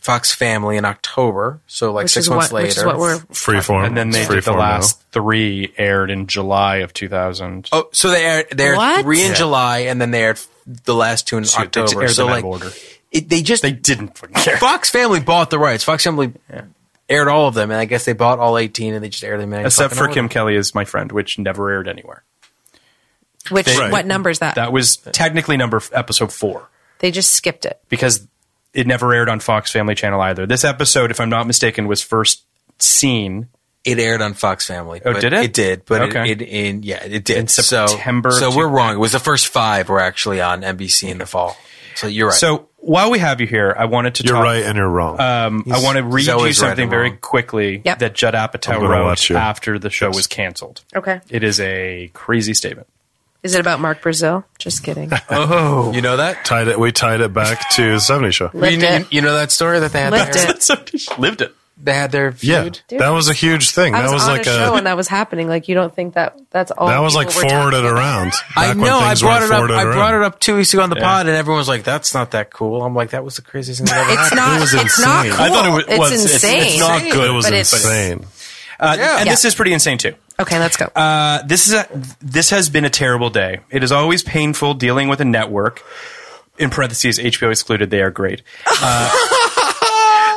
Speaker 2: Fox Family in October, so like
Speaker 5: which
Speaker 2: six
Speaker 5: is
Speaker 2: months
Speaker 5: what,
Speaker 2: later.
Speaker 5: Which is what we're
Speaker 4: Freeform,
Speaker 3: And then they
Speaker 4: It's
Speaker 3: did the
Speaker 4: Freeform
Speaker 3: last three aired in July of 2000.
Speaker 2: Oh, so they aired, they aired
Speaker 5: What?
Speaker 2: three in July, and then they aired the last two in
Speaker 3: Shoot, they
Speaker 2: October.
Speaker 3: aired
Speaker 2: so
Speaker 3: them out
Speaker 2: like,
Speaker 3: of order.
Speaker 2: It, they just
Speaker 3: They didn't fucking care.
Speaker 2: Fox Family bought the rights. Fox Family aired all of them, and I guess they bought all 18 and they just aired them in.
Speaker 3: Except
Speaker 2: fucking
Speaker 3: for
Speaker 2: order.
Speaker 3: Kim Kelly is my friend, which never aired anywhere.
Speaker 5: Which
Speaker 4: Right.
Speaker 5: what number is that?
Speaker 3: That was technically number episode four
Speaker 5: They just skipped it.
Speaker 3: because it never aired on Fox Family Channel either. This episode, if I'm not mistaken, was first seen
Speaker 2: It aired on Fox Family.
Speaker 3: Oh,
Speaker 2: but
Speaker 3: did it?
Speaker 2: It did, but
Speaker 3: Okay.
Speaker 2: it, it in yeah, it did.
Speaker 3: In
Speaker 2: So-
Speaker 3: September
Speaker 2: So,
Speaker 3: of
Speaker 2: we're
Speaker 3: 2000.
Speaker 2: wrong. It was the first five were actually on NBC in the fall. So you're right.
Speaker 3: So while we have you here, I wanted to
Speaker 4: You're
Speaker 3: talk.
Speaker 4: right and you're wrong.
Speaker 3: Um, I want to read
Speaker 2: he's
Speaker 3: you
Speaker 2: always right
Speaker 3: something
Speaker 2: and
Speaker 3: very
Speaker 2: wrong.
Speaker 3: quickly
Speaker 5: Yep.
Speaker 3: that Judd Apatow
Speaker 4: I'm gonna
Speaker 3: wrote
Speaker 4: let you.
Speaker 3: after the show was canceled.
Speaker 5: Okay.
Speaker 3: It is a crazy statement.
Speaker 5: Is it about Mark Brazil? Just kidding.
Speaker 2: oh, you know that?
Speaker 4: tied it. We tied it back to the '70s show.
Speaker 2: You,
Speaker 5: Lived
Speaker 2: kn-
Speaker 5: it.
Speaker 2: you know that story that they had
Speaker 5: Lived
Speaker 2: their,
Speaker 5: it.
Speaker 3: lived it.
Speaker 2: they had their
Speaker 4: Yeah,
Speaker 2: feud?
Speaker 4: that was a huge thing.
Speaker 5: I
Speaker 4: that
Speaker 5: was,
Speaker 4: was
Speaker 5: on
Speaker 4: like
Speaker 5: a show
Speaker 4: a
Speaker 5: and that was happening. Like you don't think that that's all.
Speaker 4: that was
Speaker 5: people
Speaker 4: like
Speaker 5: were talking
Speaker 4: forwarded
Speaker 5: about.
Speaker 4: around.
Speaker 2: I
Speaker 4: back when
Speaker 2: know. I
Speaker 4: things
Speaker 2: brought
Speaker 4: weren't
Speaker 2: it up.
Speaker 4: forwarded
Speaker 2: I brought
Speaker 4: around.
Speaker 2: it up two weeks ago on the pod, and everyone was like, "That's not that cool." I'm like, "That was the craziest thing that ever
Speaker 5: It's
Speaker 2: happened."
Speaker 5: not.
Speaker 4: It was
Speaker 5: it's not
Speaker 4: insane.
Speaker 5: cool.
Speaker 4: I thought it was-
Speaker 5: it's
Speaker 3: was- it's- it's
Speaker 5: insane.
Speaker 4: Not good. It was
Speaker 5: but it's-
Speaker 4: insane.
Speaker 3: Uh, And
Speaker 5: Yeah.
Speaker 3: this is pretty insane too.
Speaker 5: Okay, let's go.
Speaker 3: Uh, this is a, this has been a terrible day. It is always painful dealing with a network. In parentheses, HBO excluded. They are great. Uh,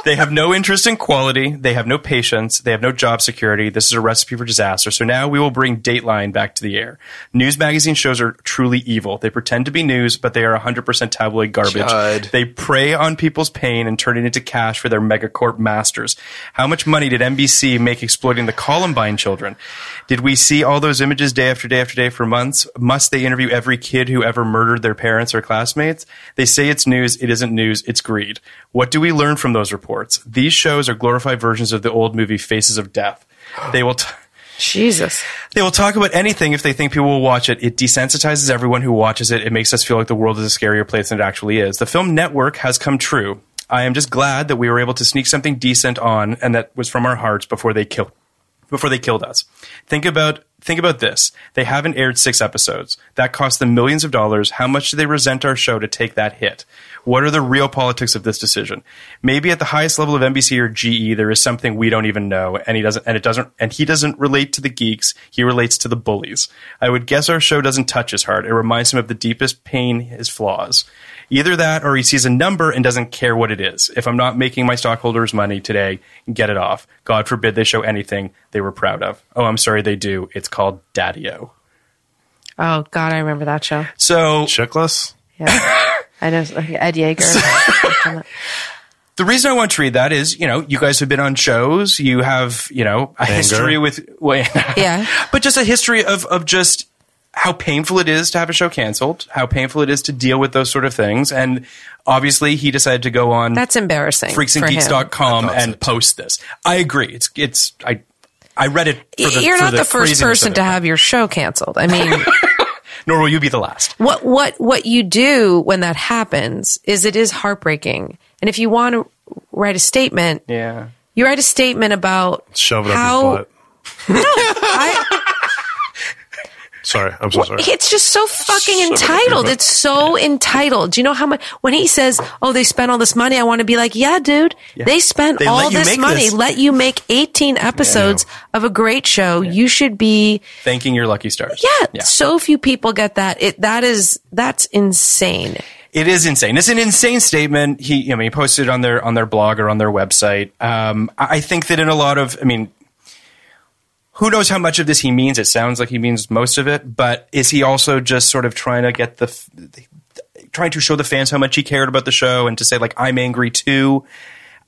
Speaker 3: They have no interest in quality. They have no patience. They have no job security. This is a recipe for disaster. So now we will bring Dateline back to the air. News magazine shows are truly evil. They pretend to be news, but they are 100% tabloid garbage.
Speaker 2: God.
Speaker 3: They prey on people's pain and turn it into cash for their megacorp masters. How much money did NBC make exploiting the Columbine children? Did we see all those images day after day after day for months? Must they interview every kid who ever murdered their parents or classmates? They say it's news. It isn't news. It's greed. What do we learn from those reports? These shows are glorified versions of the old movie Faces of Death. They will. T-
Speaker 5: Jesus.
Speaker 3: they will talk about anything if they think people will watch it. It desensitizes everyone who watches it. It makes us feel like the world is a scarier place than it actually is. The film network has come true. I am just glad that we were able to sneak something decent on and that was from our hearts before they killed before they killed us. Think about think about this. They haven't aired 6 episodes. That cost them millions of dollars. How much do they resent our show to take that hit? What are the real politics of this decision? Maybe at the highest level of NBC or GE there is something we don't even know and he doesn't and it doesn't and he doesn't relate to the geeks, he relates to the bullies. I would guess our show doesn't touch his heart. It reminds him of the deepest pain his flaws. Either that or he sees a number and doesn't care what it is. If I'm not making my stockholders money today, get it off. God forbid they show anything they were proud of. Oh, I'm sorry they do. It's called Daddio.
Speaker 5: Oh God, I remember that show.
Speaker 3: So
Speaker 4: Checklist?
Speaker 5: Yeah, I know Ed Yeager.
Speaker 3: the reason I want to read that is, you know, you guys have been on shows. You have, you know, a history with, well,
Speaker 5: Yeah.
Speaker 3: but just a history of, of just how painful it is to have a show canceled, how painful it is to deal with those sort of things. And obviously he decided to go on
Speaker 5: That's embarrassing. for him.
Speaker 3: freaksandgeeks.com and post this. I agree. It's, it's, I, I read it. For the,
Speaker 5: You're
Speaker 3: for
Speaker 5: not the, first
Speaker 3: craziness of
Speaker 5: person
Speaker 3: it.
Speaker 5: to have your show canceled. I mean,
Speaker 3: Nor will you be the last.
Speaker 5: what what what you do when that happens is it is heartbreaking. And if you want to write a statement,
Speaker 3: Yeah.
Speaker 5: you write a statement about
Speaker 4: Shove it
Speaker 5: How-
Speaker 4: up his butt.
Speaker 5: I,
Speaker 4: Sorry. I'm so sorry.
Speaker 5: it's just so fucking entitled. It's so entitled. Do you know how much when he says, "Oh, they spent all this money," I want to be like, "Yeah, dude, they spent
Speaker 3: They
Speaker 5: all
Speaker 3: let you
Speaker 5: this
Speaker 3: make
Speaker 5: money.
Speaker 3: this."
Speaker 5: Let you make 18 episodes of a great show. You should be
Speaker 3: Thanking your lucky stars.
Speaker 5: yeah, So few people get that. It that is that's insane.
Speaker 3: It is insane. It's an insane statement. He, I mean, he posted it on their on their blog or on their website. Um, I I think that in a lot of, I mean, who knows how much of this he means? It sounds like he means most of it, but is he also just sort of trying to get the, f- trying to show the fans how much he cared about the show and to say like I'm angry too?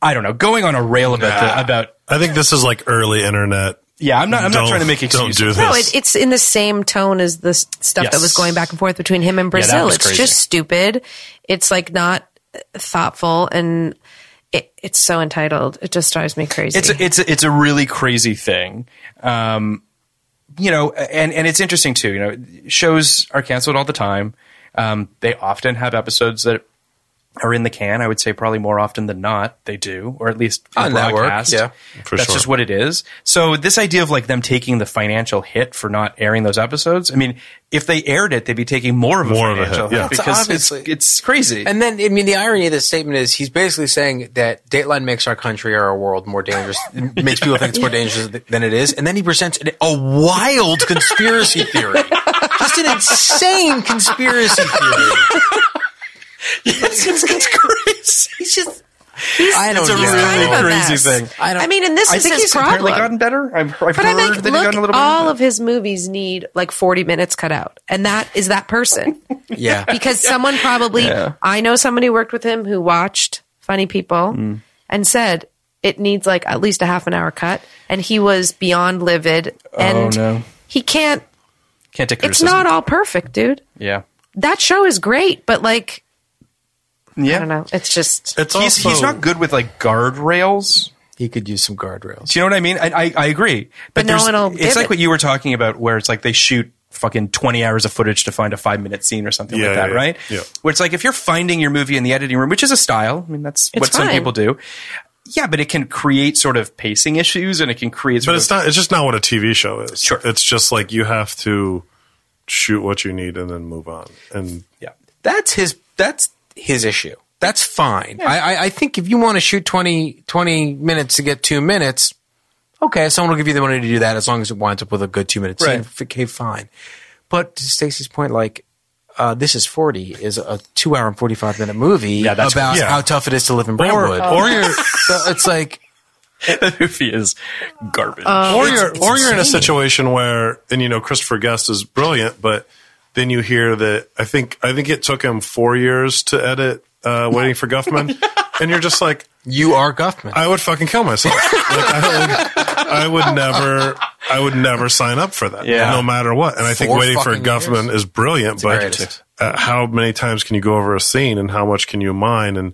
Speaker 3: I don't know. Going on a rail about the, about
Speaker 4: I think this is like early internet.
Speaker 3: yeah. I'm not. I'm not
Speaker 4: Don't-
Speaker 3: trying to make
Speaker 4: Don't
Speaker 3: excuses.
Speaker 4: do this.
Speaker 5: No, it, it's in the same tone as the s- stuff that
Speaker 3: Yes.
Speaker 5: was going back and forth between him and Brazil.
Speaker 3: was
Speaker 5: it's
Speaker 3: crazy.
Speaker 5: just stupid. It's like not uh, thoughtful and it, it's so entitled. It just drives me crazy.
Speaker 3: it's a, it's a, it's a really crazy thing. Um, you know, and and it's interesting too. You know, shows are canceled all the time. Um, they often have episodes that are in the can. I would say probably more often than not they do, or at least in
Speaker 2: On network,
Speaker 3: broadcast.
Speaker 2: yeah.
Speaker 4: For
Speaker 3: that's
Speaker 4: sure.
Speaker 3: just what it is. So this idea of like them taking the financial hit for not airing those episodes. I mean, if they aired it, they'd be taking more of a
Speaker 4: More of a
Speaker 3: financial
Speaker 4: hit, yeah.
Speaker 3: hit because it's,
Speaker 2: Obviously.
Speaker 3: it's crazy.
Speaker 2: And then, I mean, the irony of this statement is he's basically saying that Dateline makes our country or our world more dangerous, makes people think it's more dangerous th- than it is. And then he presents an, a wild conspiracy theory. Just an insane conspiracy theory.
Speaker 3: it's, it's, it's crazy.
Speaker 5: He's just
Speaker 2: I don't
Speaker 3: It's a
Speaker 2: know.
Speaker 3: really
Speaker 5: kind of a
Speaker 3: crazy
Speaker 5: mess.
Speaker 3: thing.
Speaker 5: I, mean, and this
Speaker 3: I
Speaker 5: is
Speaker 3: think
Speaker 5: his
Speaker 3: he's apparently gotten
Speaker 5: problem.
Speaker 3: better. I've, I've
Speaker 5: but
Speaker 3: heard
Speaker 5: I think
Speaker 3: that he got a
Speaker 5: look,
Speaker 3: little bit
Speaker 5: all of his movies need like 40 minutes cut out, and that is that person.
Speaker 2: Yeah.
Speaker 5: because someone probably I know somebody who worked with him who watched Funny People
Speaker 3: Mm.
Speaker 5: and said it needs like at least a half an hour cut, and he was beyond livid,
Speaker 3: Oh,
Speaker 5: and he can't.
Speaker 3: can't take
Speaker 5: It's
Speaker 3: criticism.
Speaker 5: not all perfect, dude.
Speaker 3: yeah,
Speaker 5: That show is great, but like
Speaker 3: yeah.
Speaker 5: I don't know, it's just
Speaker 4: It's
Speaker 3: He's
Speaker 4: also,
Speaker 3: he's not good with like guardrails.
Speaker 2: He could use some guardrails.
Speaker 3: Do you know what I mean? I I, I agree,
Speaker 5: But no
Speaker 3: there's-
Speaker 5: one will
Speaker 3: it's
Speaker 5: give
Speaker 3: like
Speaker 5: it.
Speaker 3: what you were talking about, where it's like they shoot fucking 20 hours of footage to find a five minute scene or something
Speaker 4: Yeah,
Speaker 3: like that
Speaker 4: yeah,
Speaker 3: right
Speaker 4: yeah.
Speaker 3: where it's like if you're finding your movie in the editing room which is a style i mean that's what some
Speaker 5: fine.
Speaker 3: people do yeah but it can create sort of pacing issues and it can create sort
Speaker 4: But
Speaker 3: of
Speaker 4: it's not. It's just not what a TV show is.
Speaker 3: Sure.
Speaker 4: It's just like you have to shoot what you need and then move on. And
Speaker 3: yeah
Speaker 2: That's his, that's his issue. That's fine. I, I, I think if you want to shoot 20, 20 minutes to get two minutes, okay, someone will give you the money to do that as long as it winds up with a good two minute
Speaker 3: Right.
Speaker 2: scene. F- Okay, fine. But to Stacey's point, like, uh, This Is 40 is a two hour and 45 minute movie
Speaker 3: that's-
Speaker 2: about
Speaker 4: yeah.
Speaker 2: how tough it is to live in
Speaker 4: or
Speaker 2: Brentwood.
Speaker 4: or you're
Speaker 2: so it's like,
Speaker 3: that movie is garbage.
Speaker 4: or you're or you're in a situation where and you know Christopher Guest is brilliant, but then you hear that I think I think it took him four years to edit uh, Waiting for Guffman, and you're just like
Speaker 2: you are Guffman.
Speaker 4: I would fucking kill myself. Like, I, would, I would never. I would never sign up for that,
Speaker 3: Yeah.
Speaker 4: no matter what. And I think
Speaker 2: Four
Speaker 4: waiting for
Speaker 2: fucking
Speaker 4: Guffman is brilliant, but
Speaker 2: greatest.
Speaker 4: uh, how many times can you go over a scene, and how much can you mine? And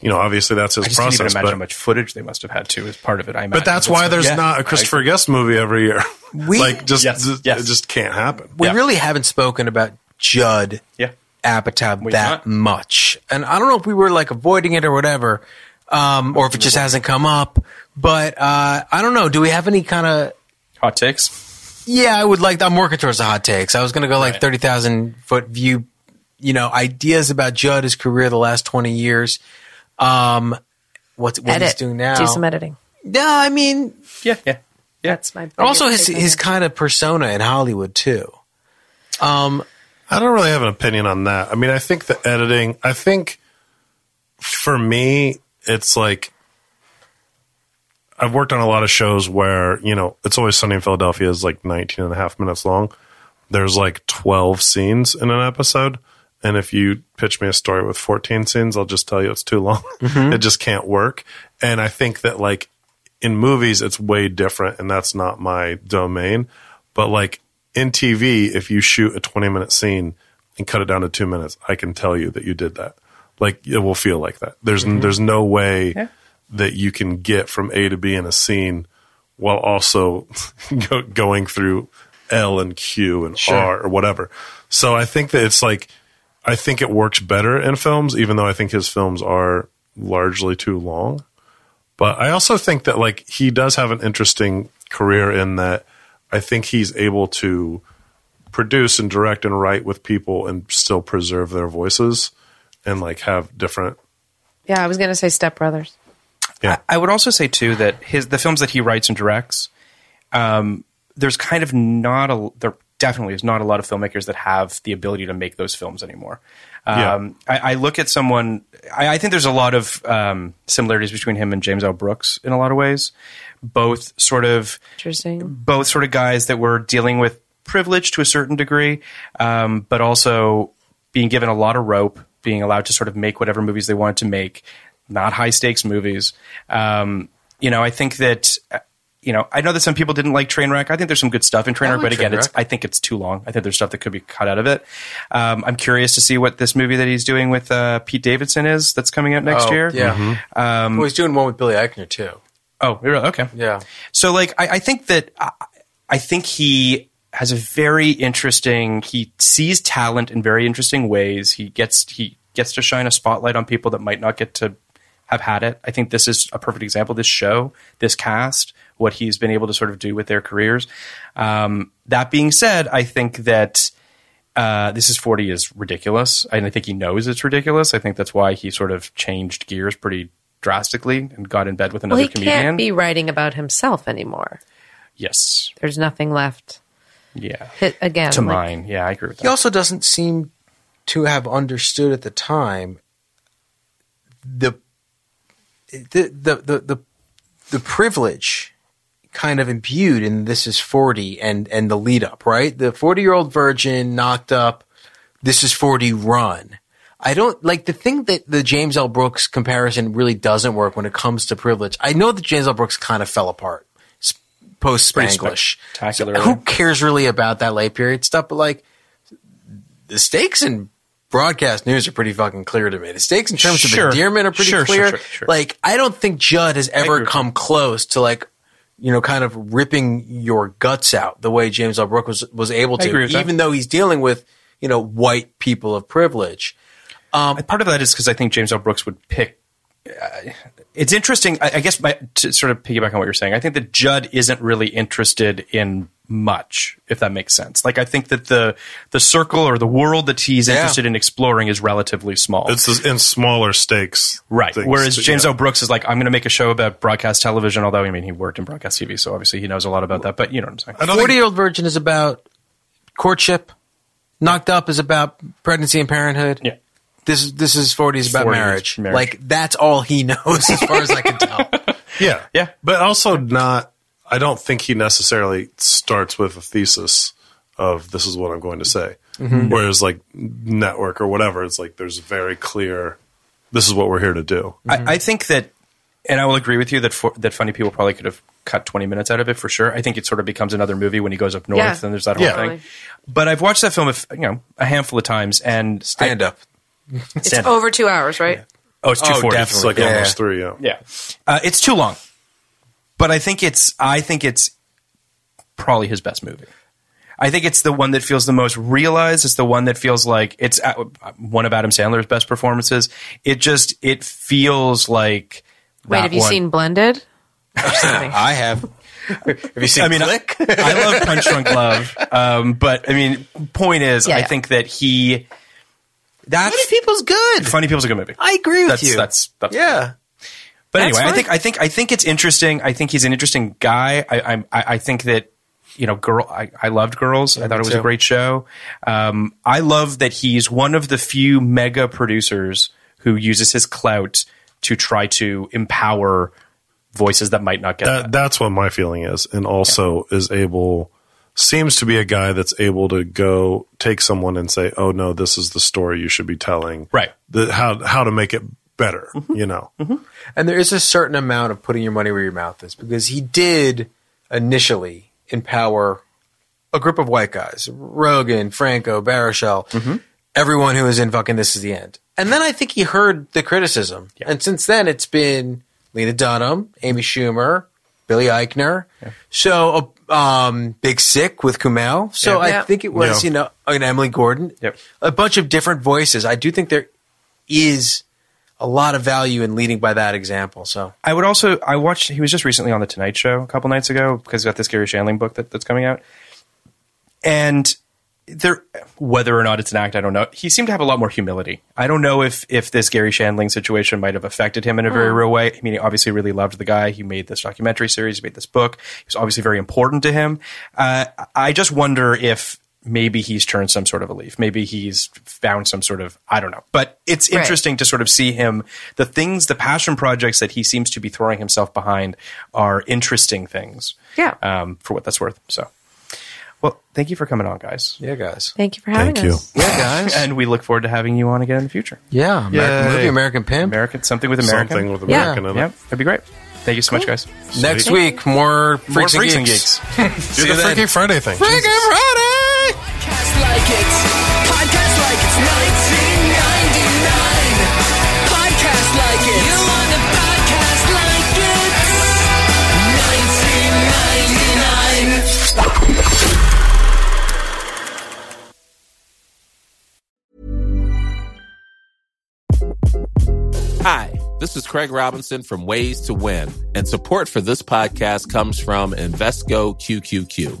Speaker 4: you know, obviously that's his
Speaker 3: I just
Speaker 4: process.
Speaker 3: can't even imagine
Speaker 4: but,
Speaker 3: how much footage they must have had to as part of it. I imagine.
Speaker 4: but that's why there's
Speaker 3: Yeah.
Speaker 4: not a Christopher Guest movie every year.
Speaker 2: We-
Speaker 4: like just
Speaker 3: Yes,
Speaker 4: just-
Speaker 3: yes.
Speaker 4: it just can't happen.
Speaker 2: we
Speaker 3: Yeah.
Speaker 2: really haven't spoken about Judd
Speaker 3: Yeah.
Speaker 2: Apatow
Speaker 3: We've
Speaker 2: that
Speaker 3: not.
Speaker 2: much, and I don't know if we were like avoiding it or whatever, um, or if it just hasn't come up. But uh, I don't know. Do we have any kind of?
Speaker 3: hot takes.
Speaker 2: Yeah, I would like. I'm working towards the hot takes. I was going to go like
Speaker 3: Right.
Speaker 2: thirty thousand foot view. You know, ideas about Judd, his career, the last twenty years. Um, what's what he's
Speaker 5: Edit.
Speaker 2: doing now?
Speaker 5: Do some editing.
Speaker 2: No, I mean,
Speaker 3: Yeah, yeah.
Speaker 5: That's my
Speaker 2: also his
Speaker 5: biggest take on
Speaker 2: his
Speaker 5: it.
Speaker 2: kind of persona in Hollywood too. Um,
Speaker 4: I don't really have an opinion on that. I mean, I think the editing, I think for me, it's like I've worked on a lot of shows where, you know, It's Always Sunny in Philadelphia is like 19 and a half minutes long. There's like 12 scenes in an episode. And if you pitch me a story with 14 scenes, I'll just tell you it's too long. It just can't work. And I think that, like, in movies, it's way different, and that's not my domain. But, like, in TV, if you shoot a 20 minute scene and cut it down to two minutes, I can tell you that you did that. Like, it will feel like that. There's, there's no way that you can get from A to B in a scene while also go, going through L and Q and R or whatever. So I think that it's like I think it works better in films, even though I think his films are largely too long. But I also think that like he does have an interesting career in that I think he's able to produce and direct and write with people and still preserve their voices and like have different
Speaker 5: Yeah, I was going to say Step Brothers.
Speaker 3: I would also say too that his the films that he writes and directs, um, there's kind of not a there definitely is not a lot of filmmakers that have the ability to make those films anymore.
Speaker 4: Yeah.
Speaker 3: Um, I, I look at someone. I, I think there's a lot of um, similarities between him and James L. Brooks in a lot of ways. Both sort of
Speaker 5: Interesting.
Speaker 3: both sort of guys that were dealing with privilege to a certain degree, um, but also being given a lot of rope, being allowed to sort of make whatever movies they wanted to make, not high stakes movies. Um, you know, I think that. uh, You know, I know that some people didn't like Trainwreck. I think there's some good stuff in Trainwreck, but again, it's, I think it's too long. I think there's stuff that could be cut out of it. Um, I'm curious to see what this movie that he's doing with uh, Pete Davidson is that's coming out next
Speaker 2: oh,
Speaker 3: year.
Speaker 2: yeah. well, Oh, he's doing one with Billy Eichner too.
Speaker 3: Oh, really? Okay.
Speaker 2: Yeah.
Speaker 3: So like I, I think that I, I think he has a very interesting he sees talent in very interesting ways. He gets he gets to shine a spotlight on people that might not get to have had it. I think this is a perfect example. This show, this cast, what he's been able to sort of do with their careers. Um, that being said, I think that uh, this is 40 is ridiculous. And I think he knows it's ridiculous. I think that's why he sort of changed gears pretty drastically and got in bed with
Speaker 5: Well,
Speaker 3: another
Speaker 5: he
Speaker 3: comedian.
Speaker 5: can't be writing about himself anymore.
Speaker 3: Yes.
Speaker 5: There's nothing left.
Speaker 3: Yeah.
Speaker 5: Hit again.
Speaker 3: To
Speaker 5: like-
Speaker 3: mine. Yeah, I agree with
Speaker 2: He
Speaker 3: that.
Speaker 2: also doesn't seem to have understood at the time the the the the the, the privilege kind of imbued in this is 40 and and the lead up, right? The 40-year-old virgin knocked up this is 40 run. I don't like the thing that the James L. Brooks comparison really doesn't work when it comes to privilege. I know that James L. Brooks kind of fell apart post Spanglish.
Speaker 3: spectacularly.
Speaker 2: who cares really about that late period stuff? But like the stakes in broadcast news are pretty fucking clear to me. The stakes in terms
Speaker 3: Sure.
Speaker 2: of endearment are pretty
Speaker 3: Sure, sure,
Speaker 2: clear.
Speaker 3: sure, sure.
Speaker 2: Like I don't think Judd has ever
Speaker 3: agree with
Speaker 2: come close to like you know kind of ripping your guts out the way James L. Brooke was was able to,
Speaker 3: agree with that.
Speaker 2: even though he's dealing with you know white people of privilege.
Speaker 3: Part of that is because I think James L. Brooks would pick. Uh, it's interesting. I, I guess my, to sort of piggyback on what you're saying, I think that Judd isn't really interested in much, if that makes sense. Like, I think that the the circle or the world that he's interested in exploring is relatively small.
Speaker 4: it's in smaller stakes
Speaker 3: Right.
Speaker 4: things
Speaker 3: Whereas
Speaker 4: to-
Speaker 3: James
Speaker 4: yeah.
Speaker 3: O. Brooks is like, I'm going to make a show about broadcast television. Although, I mean, he worked in broadcast TV, so obviously he knows a lot about that. But you know what I'm saying?
Speaker 4: I don't think-
Speaker 2: 40 year old virgin is about courtship Knocked Up is about pregnancy and parenthood.
Speaker 3: Yeah.
Speaker 2: This this is 40 is about
Speaker 3: 40 is
Speaker 2: marriage.
Speaker 3: marriage.
Speaker 2: Like that's all he knows as far as I can tell.
Speaker 4: Yeah.
Speaker 3: Yeah.
Speaker 4: But also not I don't think he necessarily starts with a thesis of this is what I'm going to say. Whereas like network or whatever, it's like there's very clear this is what we're here to do.
Speaker 3: I, I think that, and I will agree with you that for, that funny people probably could have cut twenty minutes out of it for sure. I think it sort of becomes another movie when he goes up north
Speaker 5: Yeah.
Speaker 3: and there's that whole
Speaker 4: Yeah.
Speaker 3: thing. But I've watched that film, a f- you know, a handful of times and
Speaker 2: Stand up.
Speaker 5: It's over two hours, right?
Speaker 3: Oh, it's two forty.
Speaker 4: It's like almost three, yeah.
Speaker 3: Yeah, uh, it's too long, but I think it's I think it's probably his best movie. I think it's the one that feels the most realized. It's the one that feels like it's at, one of Adam Sandler's best performances. It just it feels like.
Speaker 5: Wait,
Speaker 3: that
Speaker 5: have you
Speaker 3: one-
Speaker 5: seen Blended? Just kidding.
Speaker 2: I have. have you seen
Speaker 3: I mean, I, I love Punch Drunk Love, um, but I mean, point is,
Speaker 5: Yeah,
Speaker 3: I
Speaker 5: yeah.
Speaker 3: think that he. That's
Speaker 2: People's good.
Speaker 3: Funny People's a good movie.
Speaker 2: I agree with
Speaker 3: that's,
Speaker 2: you.
Speaker 3: That's that's
Speaker 2: yeah.
Speaker 3: But
Speaker 5: That's
Speaker 3: anyway, I
Speaker 5: fine.
Speaker 3: think I think I think it's interesting. I think he's an interesting guy. I I'm- I, I think that you know, girl, I, I loved girls. I thought it was a great show. Um, I love that he's one of the few mega producers who uses his clout to try to empower voices that might not get that.
Speaker 4: That that's what my feeling is. And also is able seems to be a guy that's able to go take someone and say, Oh no, this is the story you should be telling.
Speaker 3: Right.
Speaker 4: The, how how to make it better, you know.
Speaker 2: And there is a certain amount of putting your money where your mouth is because he did initially empower a group of white guys Rogan, Franco, Baruchel, everyone who was in fucking This Is the End. And then I think he heard the criticism. And since then, it's been Lena Dunham, Amy Schumer, Billy Eichner. So, uh, um, Big Sick with Kumail. So I
Speaker 5: Yeah.
Speaker 2: think it was,
Speaker 4: Yeah.
Speaker 2: you know, and Emily Gordon.
Speaker 3: Yep.
Speaker 2: A bunch of different voices. I do think there is a lot of value in leading by that example. So
Speaker 3: I would also I watched he was just recently on the Tonight Show a couple nights ago because he got this Gary Shandling book that, that's coming out. And there whether or not it's an act, I don't know. He seemed to have a lot more humility. I don't know if if this Gary Shandling situation might have affected him in a very real way. I mean, he obviously really loved the guy. He made this documentary series, he made this book. It was obviously very important to him. Uh, I just wonder if maybe he's turned some sort of a leaf. Maybe he's found some sort of I don't know. But it's
Speaker 5: Right.
Speaker 3: interesting to sort of see him the things the passion projects that he seems to be throwing himself behind are interesting things.
Speaker 5: Yeah.
Speaker 3: Um, for what that's worth. So well, thank you for coming on, guys.
Speaker 2: yeah, guys.
Speaker 5: Thank you for having
Speaker 4: Thank you.
Speaker 5: us.
Speaker 2: Yeah, guys.
Speaker 3: And we look forward to having you on again in the future.
Speaker 2: yeah, American
Speaker 4: Yay.
Speaker 2: movie, American Pimp.
Speaker 3: American something with American.
Speaker 4: Something with
Speaker 5: Yeah.
Speaker 4: American in it.
Speaker 3: yeah, that'd be great. Thank you so much, guys.
Speaker 2: Next week, more freaks,
Speaker 3: More Freaks
Speaker 2: and,
Speaker 3: and
Speaker 2: geeks.
Speaker 3: Geeks.
Speaker 4: Do the Freaky Friday thing.
Speaker 9: Podcast like it's podcast like it's 1999. Podcast like it's you want a podcast like it's 1999.
Speaker 1: Hi, this is Craig Robinson from Ways to Win, and support for this podcast comes from Invesco QQQ.